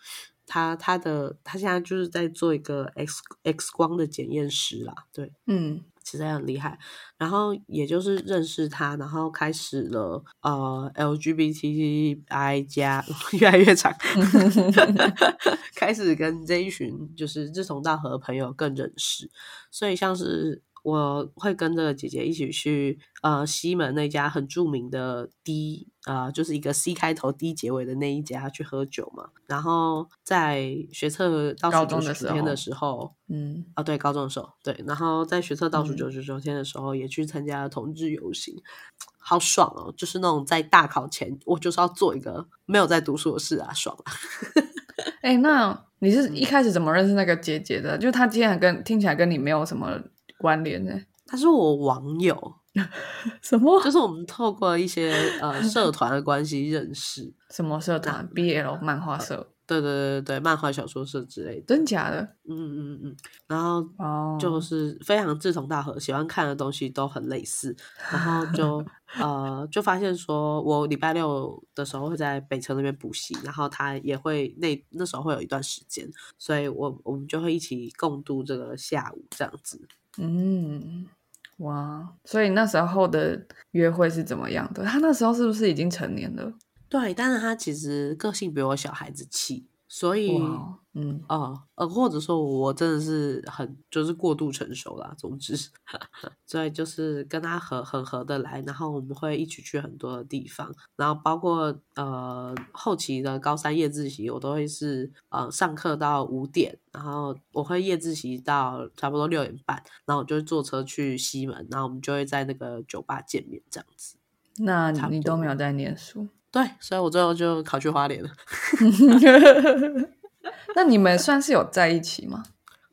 Speaker 1: 她她的她现在就是在做一个 X X 光的检验师啦，对，
Speaker 2: 嗯，
Speaker 1: 其实也很厉害。然后也就是认识他，然后开始了呃 LGBTI 加 (laughs) 越来越
Speaker 2: (laughs)
Speaker 1: 长，开始跟这一群就是志同道合的朋友更认识。所以像是我会跟着姐姐一起去呃西门那家很著名的 D 呃，就是一个 C 开头 D 结尾的那一家去喝酒嘛。然后在学测倒
Speaker 2: 高
Speaker 1: 数
Speaker 2: 中
Speaker 1: 九
Speaker 2: 的
Speaker 1: 十
Speaker 2: 时
Speaker 1: 九天
Speaker 2: 候
Speaker 1: 的时候，
Speaker 2: 嗯，
Speaker 1: 啊，对，高中的时候，对，然后在学测倒数
Speaker 2: 嗯
Speaker 1: 九十九天的时候，也去参加了同志游行，好爽哦！就是那种在大考前，我就是要做一个没有在读书的事啊，爽啊！
Speaker 2: 哎、那你
Speaker 1: 嗯
Speaker 2: 是一开始怎么认识那个姐姐的？就是她竟然跟听起来跟你没有什么关联呢、
Speaker 1: 他是我网友，
Speaker 2: 什么
Speaker 1: 就是我们透过一些呃社团的关系认识，
Speaker 2: 什么社团？BL 漫画社，
Speaker 1: 对对对对对，漫画小说社之类的，
Speaker 2: 真假的？
Speaker 1: 嗯嗯嗯嗯，然后
Speaker 2: 哦，
Speaker 1: 就是非常志同道合，喜欢看的东西都很类似，然后就呃就发现说，我礼拜六的时候会在北城那边补习，然后他也会那那时候会有一段时间，所以我我们就会一起共度这个下午这样子。
Speaker 2: 嗯，哇，所以那时候的约会是怎么样的？她那时候是不是已经成年了？
Speaker 1: 对，但是他其实个性比我小孩子气，所以
Speaker 2: 哇，嗯，
Speaker 1: 哦，呃，或者说我真的是很就是过度成熟啦，总之， (laughs) 所以就是跟他合很合得来，然后我们会一起去很多的地方，然后包括呃后期的高三夜自习，我都会是呃上课到五点，然后我会夜自习到差不多六点半，然后我就会坐车去西门，然后我们就会在那个酒吧见面这样子。
Speaker 2: 那
Speaker 1: 差不
Speaker 2: 你
Speaker 1: 多
Speaker 2: 都没有在念书， (laughs)
Speaker 1: 对，所以我最后就考去花莲了。
Speaker 2: 那你们算是有在一起吗？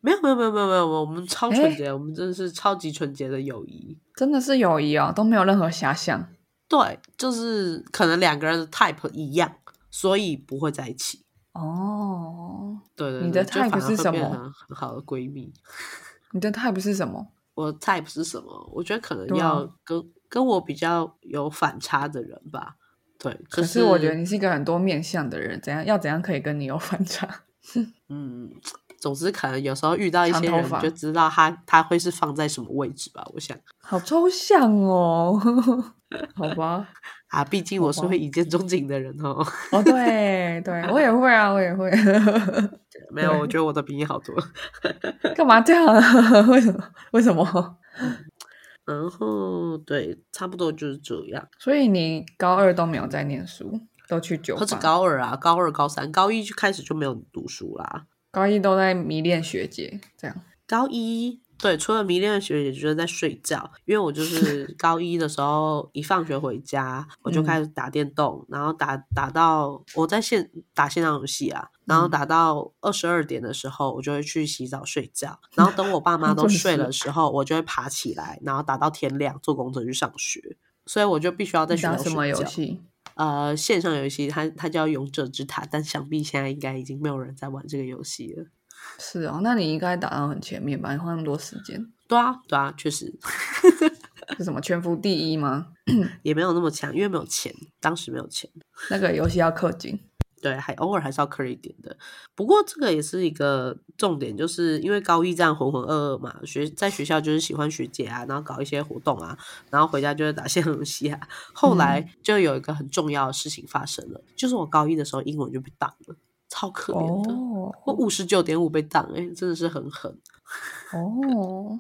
Speaker 1: 没有没有没有没有没有，我们超
Speaker 2: 诶
Speaker 1: 纯洁，我们真的是超级纯洁的友谊。
Speaker 2: 真的是友谊哦，都没有任何遐想。
Speaker 1: 对，就是可能两个人的 type 一样，所以不会在一起。
Speaker 2: 哦，
Speaker 1: 对对对，
Speaker 2: 你的
Speaker 1: 就
Speaker 2: type
Speaker 1: 反而
Speaker 2: 是
Speaker 1: 会
Speaker 2: 什
Speaker 1: 变
Speaker 2: 么
Speaker 1: 成很好的闺蜜。
Speaker 2: 你的 type 是什么？
Speaker 1: 我的 type 是什么？我觉得可能
Speaker 2: 对啊
Speaker 1: 要跟、跟我比较有反差的人吧。对，
Speaker 2: 可
Speaker 1: 是
Speaker 2: 是我觉得你是一个很多面向的人，怎样要怎样可以跟你有反差？
Speaker 1: 嗯，总之可能有时候遇到一
Speaker 2: 长
Speaker 1: 些
Speaker 2: 头
Speaker 1: 人，你
Speaker 2: 发
Speaker 1: 就知道他他会是放在什么位置吧。我想
Speaker 2: 好抽象哦， (laughs) 好吧，
Speaker 1: 啊，毕竟我是
Speaker 2: 吧
Speaker 1: 会一见钟情的人哦。
Speaker 2: (laughs) 哦对对，我也会啊，我也会。 (laughs)
Speaker 1: 没有，我觉得我的比你好多。
Speaker 2: 干嘛这样啊？ (laughs) 为什么？为什么？ (laughs)
Speaker 1: 然后对，差不多就是这样。
Speaker 2: 所以你高二都没有在念书，都去酒
Speaker 1: 何止
Speaker 2: 吧，
Speaker 1: 高二啊，高二、高三、高一就开始就没有读书啦。
Speaker 2: 高一都在迷恋学姐，这样。
Speaker 1: 高一对，除了迷恋的学姐，就是在睡觉。因为我就是
Speaker 2: (laughs)
Speaker 1: 高一的时候，一放学回家，我就
Speaker 2: 嗯
Speaker 1: 开始打电动，然后打打到我在线打线上游戏啊，然后
Speaker 2: 嗯
Speaker 1: 打到二十二点的时候，我就会去洗澡睡觉。然后等我爸妈
Speaker 2: (laughs)
Speaker 1: 都
Speaker 2: 真
Speaker 1: 睡
Speaker 2: 是
Speaker 1: 了的时候，我就会爬起来，然后打到天亮，坐公车去上学。所以我就必须要在
Speaker 2: 你
Speaker 1: 学
Speaker 2: 打
Speaker 1: 校
Speaker 2: 什么
Speaker 1: 睡
Speaker 2: 游
Speaker 1: 觉。
Speaker 2: 戏？
Speaker 1: 呃，线上游戏它它叫《勇者之塔》，但想必现在应该已经没有人在玩这个游戏了。
Speaker 2: 是哦，那你应该打到很前面吧？你花那么多时间，
Speaker 1: 对啊，对啊，确实
Speaker 2: 是什么全服第一吗？
Speaker 1: 也没有那么强，因为没有钱，当时没有钱。
Speaker 2: 那个游戏要氪金。
Speaker 1: 对，还偶尔还是要磕一点的。不过这个也是一个重点，就是因为高一这样浑浑噩噩嘛，学在学校就是喜欢学姐啊，然后搞一些活动啊，然后回家就会打线上游戏啊。后来就有一个很重要的事情发生了，就是我高一的时候英文就被挡了，超可怜的。
Speaker 2: 哦
Speaker 1: 我五十九点五被挡，哎、真的是很狠。 (laughs)
Speaker 2: 哦，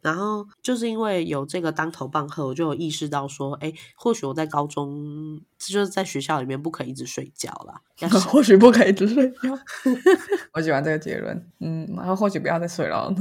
Speaker 1: 然后就是因为有这个当头棒喝，我就有意识到说，哎，或许我在高中，就是在学校里面不可以一直睡觉啦，要
Speaker 2: (laughs)
Speaker 1: 想
Speaker 2: 或许不可以只睡觉。 (laughs) 我喜欢这个结论。嗯，然后或许不要再睡了。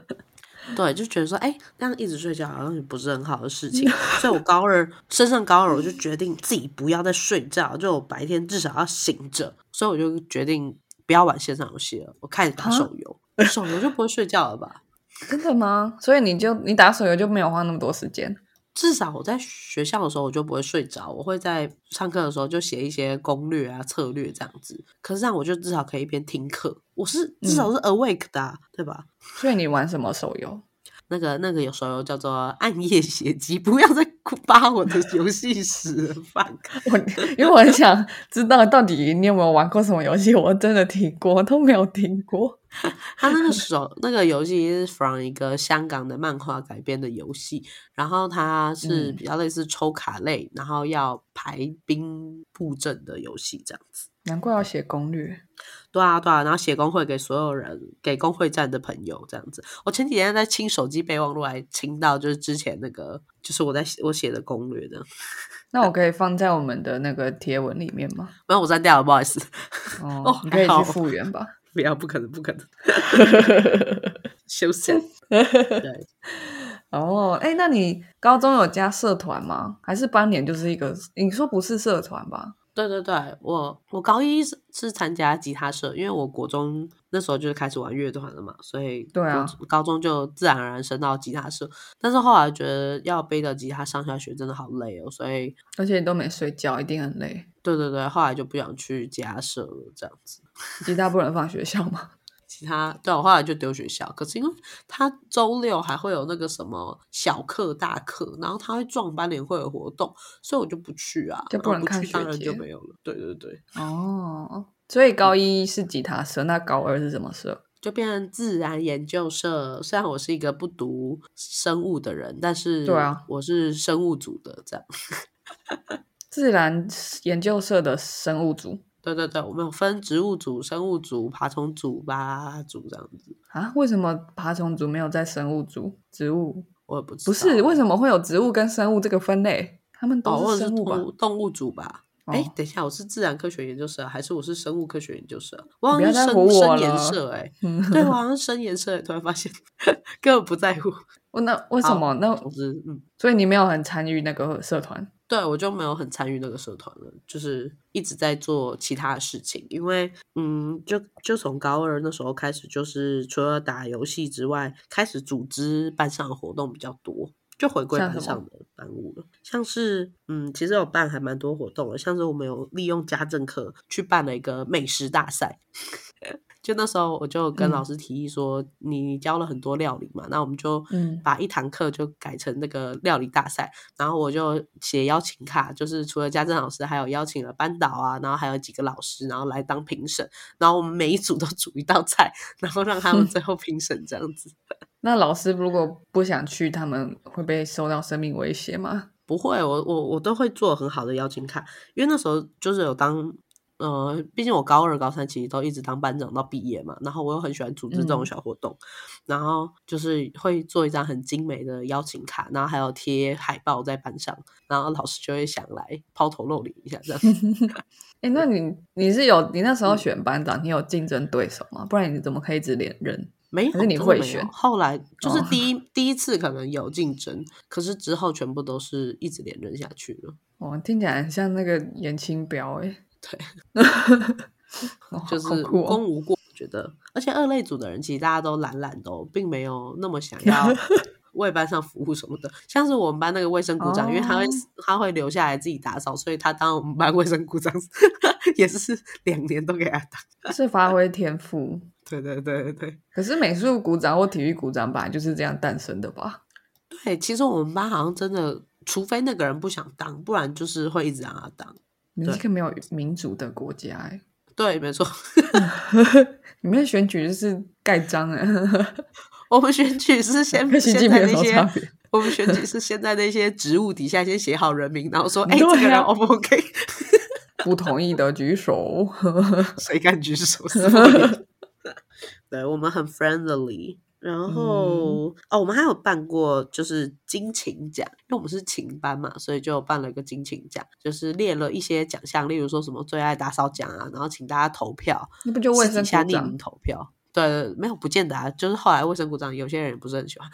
Speaker 2: (laughs)
Speaker 1: 对，就觉得说，哎，那样一直睡觉好像也不是很好的事情，所以我高二升上高二，我就决定自己不要再睡觉，就我白天至少要醒着，所以我就决定不要玩线上游戏了，我开始打
Speaker 2: 啊
Speaker 1: 手游，手游就不会睡觉了吧？
Speaker 2: 真的吗？所以你就你打手游就没有花那么多时间。
Speaker 1: 至少我在学校的时候，我就不会睡着，我会在上课的时候就写一些攻略啊、策略这样子。可是这样我就至少可以一边听课，我是至少是 awake 的啊、对吧？
Speaker 2: 所以你玩什么手游？ (laughs)
Speaker 1: 那个那个有手游叫做《暗夜血迹》，不要再扒我的游戏史，fuck！
Speaker 2: 我因为我很想知道到底你有没有玩过什么游戏，我真的听过都没有听过。
Speaker 1: 他那个手那个游戏是 from 一个香港的漫画改编的游戏，然后它是
Speaker 2: 嗯
Speaker 1: 比较类似抽卡类，然后要排兵布阵的游戏这样子。
Speaker 2: 难怪要写攻略，
Speaker 1: 对啊，对啊，然后写工会给所有人，给工会站的朋友这样子。我前几天在清手机备忘录，还清到就是之前那个，就是我在写我写的攻略的，
Speaker 2: 那我可以放在我们的那个贴文里面 (laughs) 吗？
Speaker 1: 没有我删掉了，不好意思。
Speaker 2: 哦，
Speaker 1: 哦
Speaker 2: 你可以
Speaker 1: 还好
Speaker 2: 去复原吧。
Speaker 1: 不要，不可能，不可能，休
Speaker 2: (laughs)
Speaker 1: 想！对，
Speaker 2: (laughs) 哦，哎，那你高中有加社团吗？还是班联就是一个？你说不是社团吧？
Speaker 1: 对对对，我我高一是是参加吉他社，因为我国中那时候就是开始玩乐团了嘛，所以
Speaker 2: 对啊
Speaker 1: 国中，高中就自然而然升到吉他社。但是后来觉得要背着吉他上下学真的好累哦，所以
Speaker 2: 而且你都没睡觉，一定很累。
Speaker 1: 对对对，后来就不想去吉他社了，这样子。
Speaker 2: 吉他不能放学校吗？
Speaker 1: 其他对我后来就丢学校，可是因为他周六还会有那个什么小课大课，然后他会撞班联会的活动，所以我就不去啊，
Speaker 2: 就
Speaker 1: 然
Speaker 2: 不
Speaker 1: 后
Speaker 2: 能看
Speaker 1: 去，当
Speaker 2: 学
Speaker 1: 然就
Speaker 2: 姐
Speaker 1: 没有了。对对对，
Speaker 2: (laughs) 哦，所以高一是吉他社，那高二是什么社？
Speaker 1: 就变成自然研究社。虽然我是一个不读生物的人，但是
Speaker 2: 对啊
Speaker 1: 我是生物组的这样。
Speaker 2: 自然研究社的生物组
Speaker 1: 对对对，我们有分植物组、生物组、爬虫组、吧组这样子。
Speaker 2: 啊？为什么爬虫组没有在生物组？植物
Speaker 1: 我也不知道
Speaker 2: 不是？为
Speaker 1: 么
Speaker 2: 什么会有植物跟生物这个分类？他们
Speaker 1: 哦，
Speaker 2: 都
Speaker 1: 或
Speaker 2: 是
Speaker 1: 者是
Speaker 2: 生物吧
Speaker 1: 动？物动物组吧？哎、
Speaker 2: 哦
Speaker 1: 等一下，我是自然科学研究社，还是我是生物科学研究社？啊我好
Speaker 2: 不
Speaker 1: 像
Speaker 2: 要
Speaker 1: 是
Speaker 2: 再
Speaker 1: 生
Speaker 2: 唬我
Speaker 1: 生研
Speaker 2: 了
Speaker 1: 社哎、
Speaker 2: 嗯，
Speaker 1: 对，我好像是生研社、欸，突然发现 (laughs) 根本不在乎。
Speaker 2: 我
Speaker 1: (laughs)
Speaker 2: 那为什么？那
Speaker 1: 总之，嗯，
Speaker 2: 所以你没有很参与那个社团？
Speaker 1: 对我就没有很参与那个社团了，就是一直在做其他的事情。因为，嗯，就就从高二那时候开始，就是除了打游戏之外，开始组织班上的活动比较多。就回归
Speaker 2: 像
Speaker 1: 班
Speaker 2: 什么
Speaker 1: 上的班务了，像是嗯，其实有办还蛮多活动的，像是我们有利用家政课去办了一个美食大赛， (laughs) 就那时候我就跟老
Speaker 2: 嗯
Speaker 1: 师提议说，你教了很多料理嘛，那我们就
Speaker 2: 嗯
Speaker 1: 把一堂课就改成那个料理大赛，然后我就写邀请卡，就是除了家政老师，还有邀请了班导啊，然后还有几个老师，然后来当评审，然后我们每一组都煮一道菜，然后让他们最后评审这样子。
Speaker 2: 那老师如果不想去，他们会被受到生命威胁吗？
Speaker 1: 不会，我我我都会做很好的邀请卡，因为那时候就是有当，呃，毕竟我高二、高三其实都一直当班长到毕业嘛，然后我又很喜欢组织这种
Speaker 2: 嗯
Speaker 1: 小活动，然后就是会做一张很精美的邀请卡，然后还有贴海报在班上，然后老师就会想来抛头露脸一下这样。
Speaker 2: (laughs) 哎，那你你是有你那时
Speaker 1: 嗯
Speaker 2: 候选班长，你有竞争对手吗？不然你怎么可以一直连任？
Speaker 1: 没有，
Speaker 2: 可是你
Speaker 1: 真的
Speaker 2: 会
Speaker 1: 没有
Speaker 2: 选
Speaker 1: 后来就是
Speaker 2: 哦
Speaker 1: 第一、第一次可能有竞争，可是之后全部都是一直连任下去了。
Speaker 2: 哦，听起来很像那个严清标哎、欸，
Speaker 1: 对，
Speaker 2: (laughs) 哦好
Speaker 1: 就是
Speaker 2: 好酷
Speaker 1: 无
Speaker 2: 哦
Speaker 1: 功无过，我觉得。而且二类组的人其实大家都懒懒的、哦，并没有那么 (laughs) 想要为班上服务什么的。像是我们班那个卫生股长，因为他会
Speaker 2: 哦
Speaker 1: 他会留下来自己打扫，所以他当我们班卫生股长 (laughs) 也是两年都给他当。
Speaker 2: 是发挥天赋。
Speaker 1: 对对对对对。
Speaker 2: 可是美术股长或体育股长本来就是这样诞生的吧？
Speaker 1: 对，其实我们班好像真的，除非那个人不想当，不然就是会一直让他当。
Speaker 2: 你
Speaker 1: 对
Speaker 2: 们是个没有民主的国家 (laughs) 哎、
Speaker 1: 对，没错，
Speaker 2: 你们的选举就是盖章啊，
Speaker 1: 我们选举是 (laughs) 先
Speaker 2: 跟习
Speaker 1: 先
Speaker 2: 近
Speaker 1: 在
Speaker 2: 平
Speaker 1: 那
Speaker 2: 有什么差
Speaker 1: 些
Speaker 2: 别？
Speaker 1: 我们选举是先在那些职务底下先写好人名，然 (laughs) 后说，哎、
Speaker 2: 对
Speaker 1: 这个人
Speaker 2: 啊
Speaker 1: O 不 OK？
Speaker 2: 不同意的举手。
Speaker 1: 谁敢举手？死不了 (laughs) 对我们很 friendly。然后、哦，我们还有办过就是金琴奖，因为我们是琴班嘛，所以就办了一个金琴奖，就是列了一些奖项，例如说什么最爱打扫奖啊，然后请大家投票，
Speaker 2: 那不就卫
Speaker 1: 私底
Speaker 2: 生
Speaker 1: 下
Speaker 2: 股
Speaker 1: 匿
Speaker 2: 长
Speaker 1: 名？投票。对，对对没有不见得啊，就是后来卫生股长有些人不是很喜欢，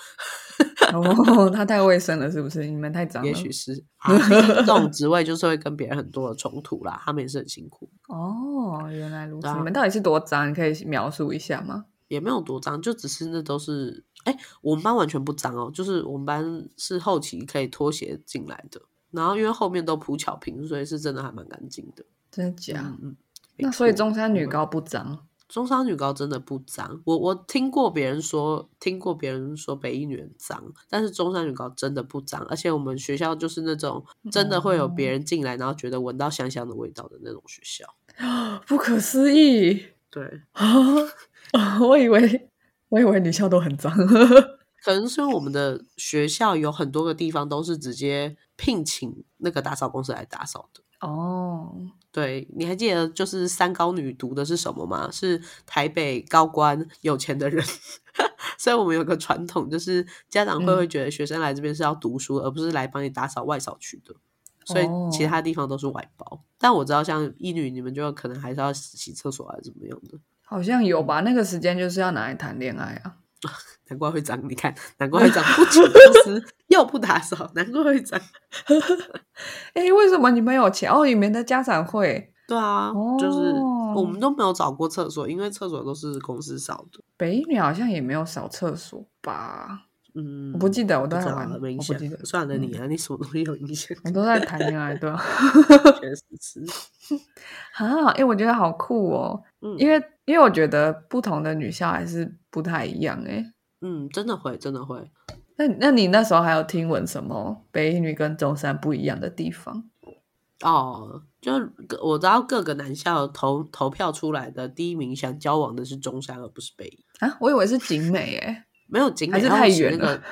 Speaker 2: 哦，他太卫生了，是不是？你们太脏了。
Speaker 1: 也许是啊，毕竟这种职位就是会跟别人很多的冲突啦，他们也是很辛苦。
Speaker 2: 哦，原来如此。
Speaker 1: 对啊
Speaker 2: 你们到底是多脏？你可以描述一下吗？
Speaker 1: 也没有多脏，就只是那都是，哎、我们班完全不脏哦，就是我们班是后期可以拖鞋进来的，然后因为后面都铺巧平，所以是真的还蛮干净的。
Speaker 2: 真的假？
Speaker 1: 嗯嗯，没
Speaker 2: 那所以
Speaker 1: 错
Speaker 2: 中山女
Speaker 1: 嗯
Speaker 2: 高不脏？ (gasps)
Speaker 1: 中山女高真的不脏，我我听过别人说，听过别人说北一女很脏，但是中山女高真的不脏，而且我们学校就是那种真的会有
Speaker 2: 嗯
Speaker 1: 别人进来，然后觉得闻到香香的味道的那种学校。
Speaker 2: 不可思议
Speaker 1: 对，
Speaker 2: 啊！ (laughs) 我以为我以为女校都很脏， (laughs)
Speaker 1: 可能是因为我们的学校有很多个地方都是直接聘请那个打扫公司来打扫的。
Speaker 2: 哦，
Speaker 1: 对，你还记得就是三高女读的是什么吗？是台北高官有钱的人， (laughs) 所以我们有个传统，就是家长会
Speaker 2: 嗯
Speaker 1: 会觉得学生来这边是要读书，而不是来帮你打扫外扫区的。所以其
Speaker 2: 哦
Speaker 1: 他地方都是外包，但我知道像一女你们就可能还是要洗厕所啊怎么样的，
Speaker 2: 好像有吧？那个时间就是要拿来谈恋爱啊。
Speaker 1: 难怪会脏，你看难怪会脏，不请公司 (laughs) 又不打扫，难怪会脏。
Speaker 2: 哎，为什么你们有钱？哦，你们的家长会，
Speaker 1: 对啊，就是我
Speaker 2: 哦
Speaker 1: 们都没有找过厕所，因为厕所都是公司扫的。
Speaker 2: 北一女好像也没有扫厕所 (laughs) 吧？
Speaker 1: 嗯，
Speaker 2: 我不记得，我都
Speaker 1: 不
Speaker 2: 在
Speaker 1: 知道
Speaker 2: 玩，
Speaker 1: 啊
Speaker 2: 我
Speaker 1: 没影
Speaker 2: 不
Speaker 1: 响
Speaker 2: 记得。。
Speaker 1: 算了
Speaker 2: 嗯
Speaker 1: 你啊，你什么东西有影
Speaker 2: (laughs)
Speaker 1: 响？
Speaker 2: 我都在谈恋爱，对吧？
Speaker 1: 确实是，
Speaker 2: (laughs) 啊，哎、我觉得好酷哦，
Speaker 1: 嗯，
Speaker 2: 因为因为我觉得不同的女校还是不太一样哎、
Speaker 1: 嗯，真的会，真的会。
Speaker 2: 那那你那时候还有听闻什么北一女跟中山不一样的地方？
Speaker 1: 哦，就是各我知道各个男校投投票出来的第一名想交往的是中山，而不是北一。
Speaker 2: 啊，我以为是景美哎、
Speaker 1: 没有景美
Speaker 2: 还是
Speaker 1: 奥
Speaker 2: 太
Speaker 1: 吉
Speaker 2: 远
Speaker 1: 那个，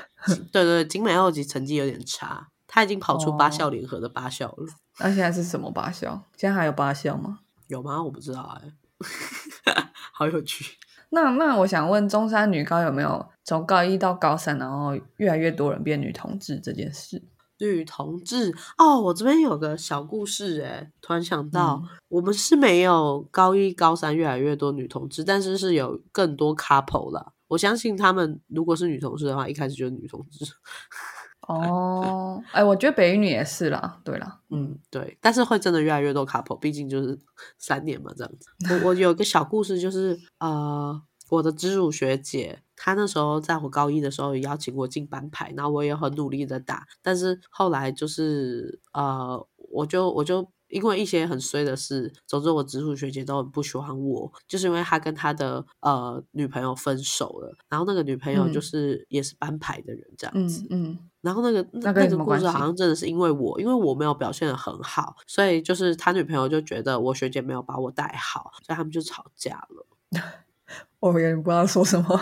Speaker 1: 对对，景美二级成绩有点差，他已经跑出八
Speaker 2: 哦
Speaker 1: 校联合的八校了，
Speaker 2: 那现在是什么八校？现在还有八校吗？
Speaker 1: 有吗？我不知道哎、 (laughs) 好有趣。
Speaker 2: 那那我想问，中山女高有没有从高一到高三，然后越来越多人变女同志这件事？
Speaker 1: 女同志哦，我这边有个小故事诶，突然想到，
Speaker 2: 嗯
Speaker 1: 我们是没有高一、高三越来越多女同志，但是是有更多 couple 了。我相信他们如果是女同志的话，一开始就是女同志。
Speaker 2: 哦，哎、我觉得北一女也是啦，对啦，
Speaker 1: 嗯，对，但是会真的越来越多 couple，毕竟就是三年嘛，这样子。我我有一个小故事，就是呃，我的直属学姐，她那时候在我高一的时候也邀请我进班排，然后我也很努力的打，但是后来就是呃，我就我就因为一些很衰的事，总之我直属学姐都很不喜欢我，就是因为她跟她的呃女朋友分手了，然后那个女朋友就
Speaker 2: 嗯
Speaker 1: 是、也是班排的人这样
Speaker 2: 嗯
Speaker 1: 子，
Speaker 2: 嗯，
Speaker 1: 然后那个那
Speaker 2: 那跟你
Speaker 1: 个
Speaker 2: 什么
Speaker 1: 故事
Speaker 2: 关系
Speaker 1: 好像真的是因为我，因为我没有表现的很好，所以就是他女朋友就觉得我学姐没有把我带好，所以他们就吵架了。
Speaker 2: 我有点不知道说什么。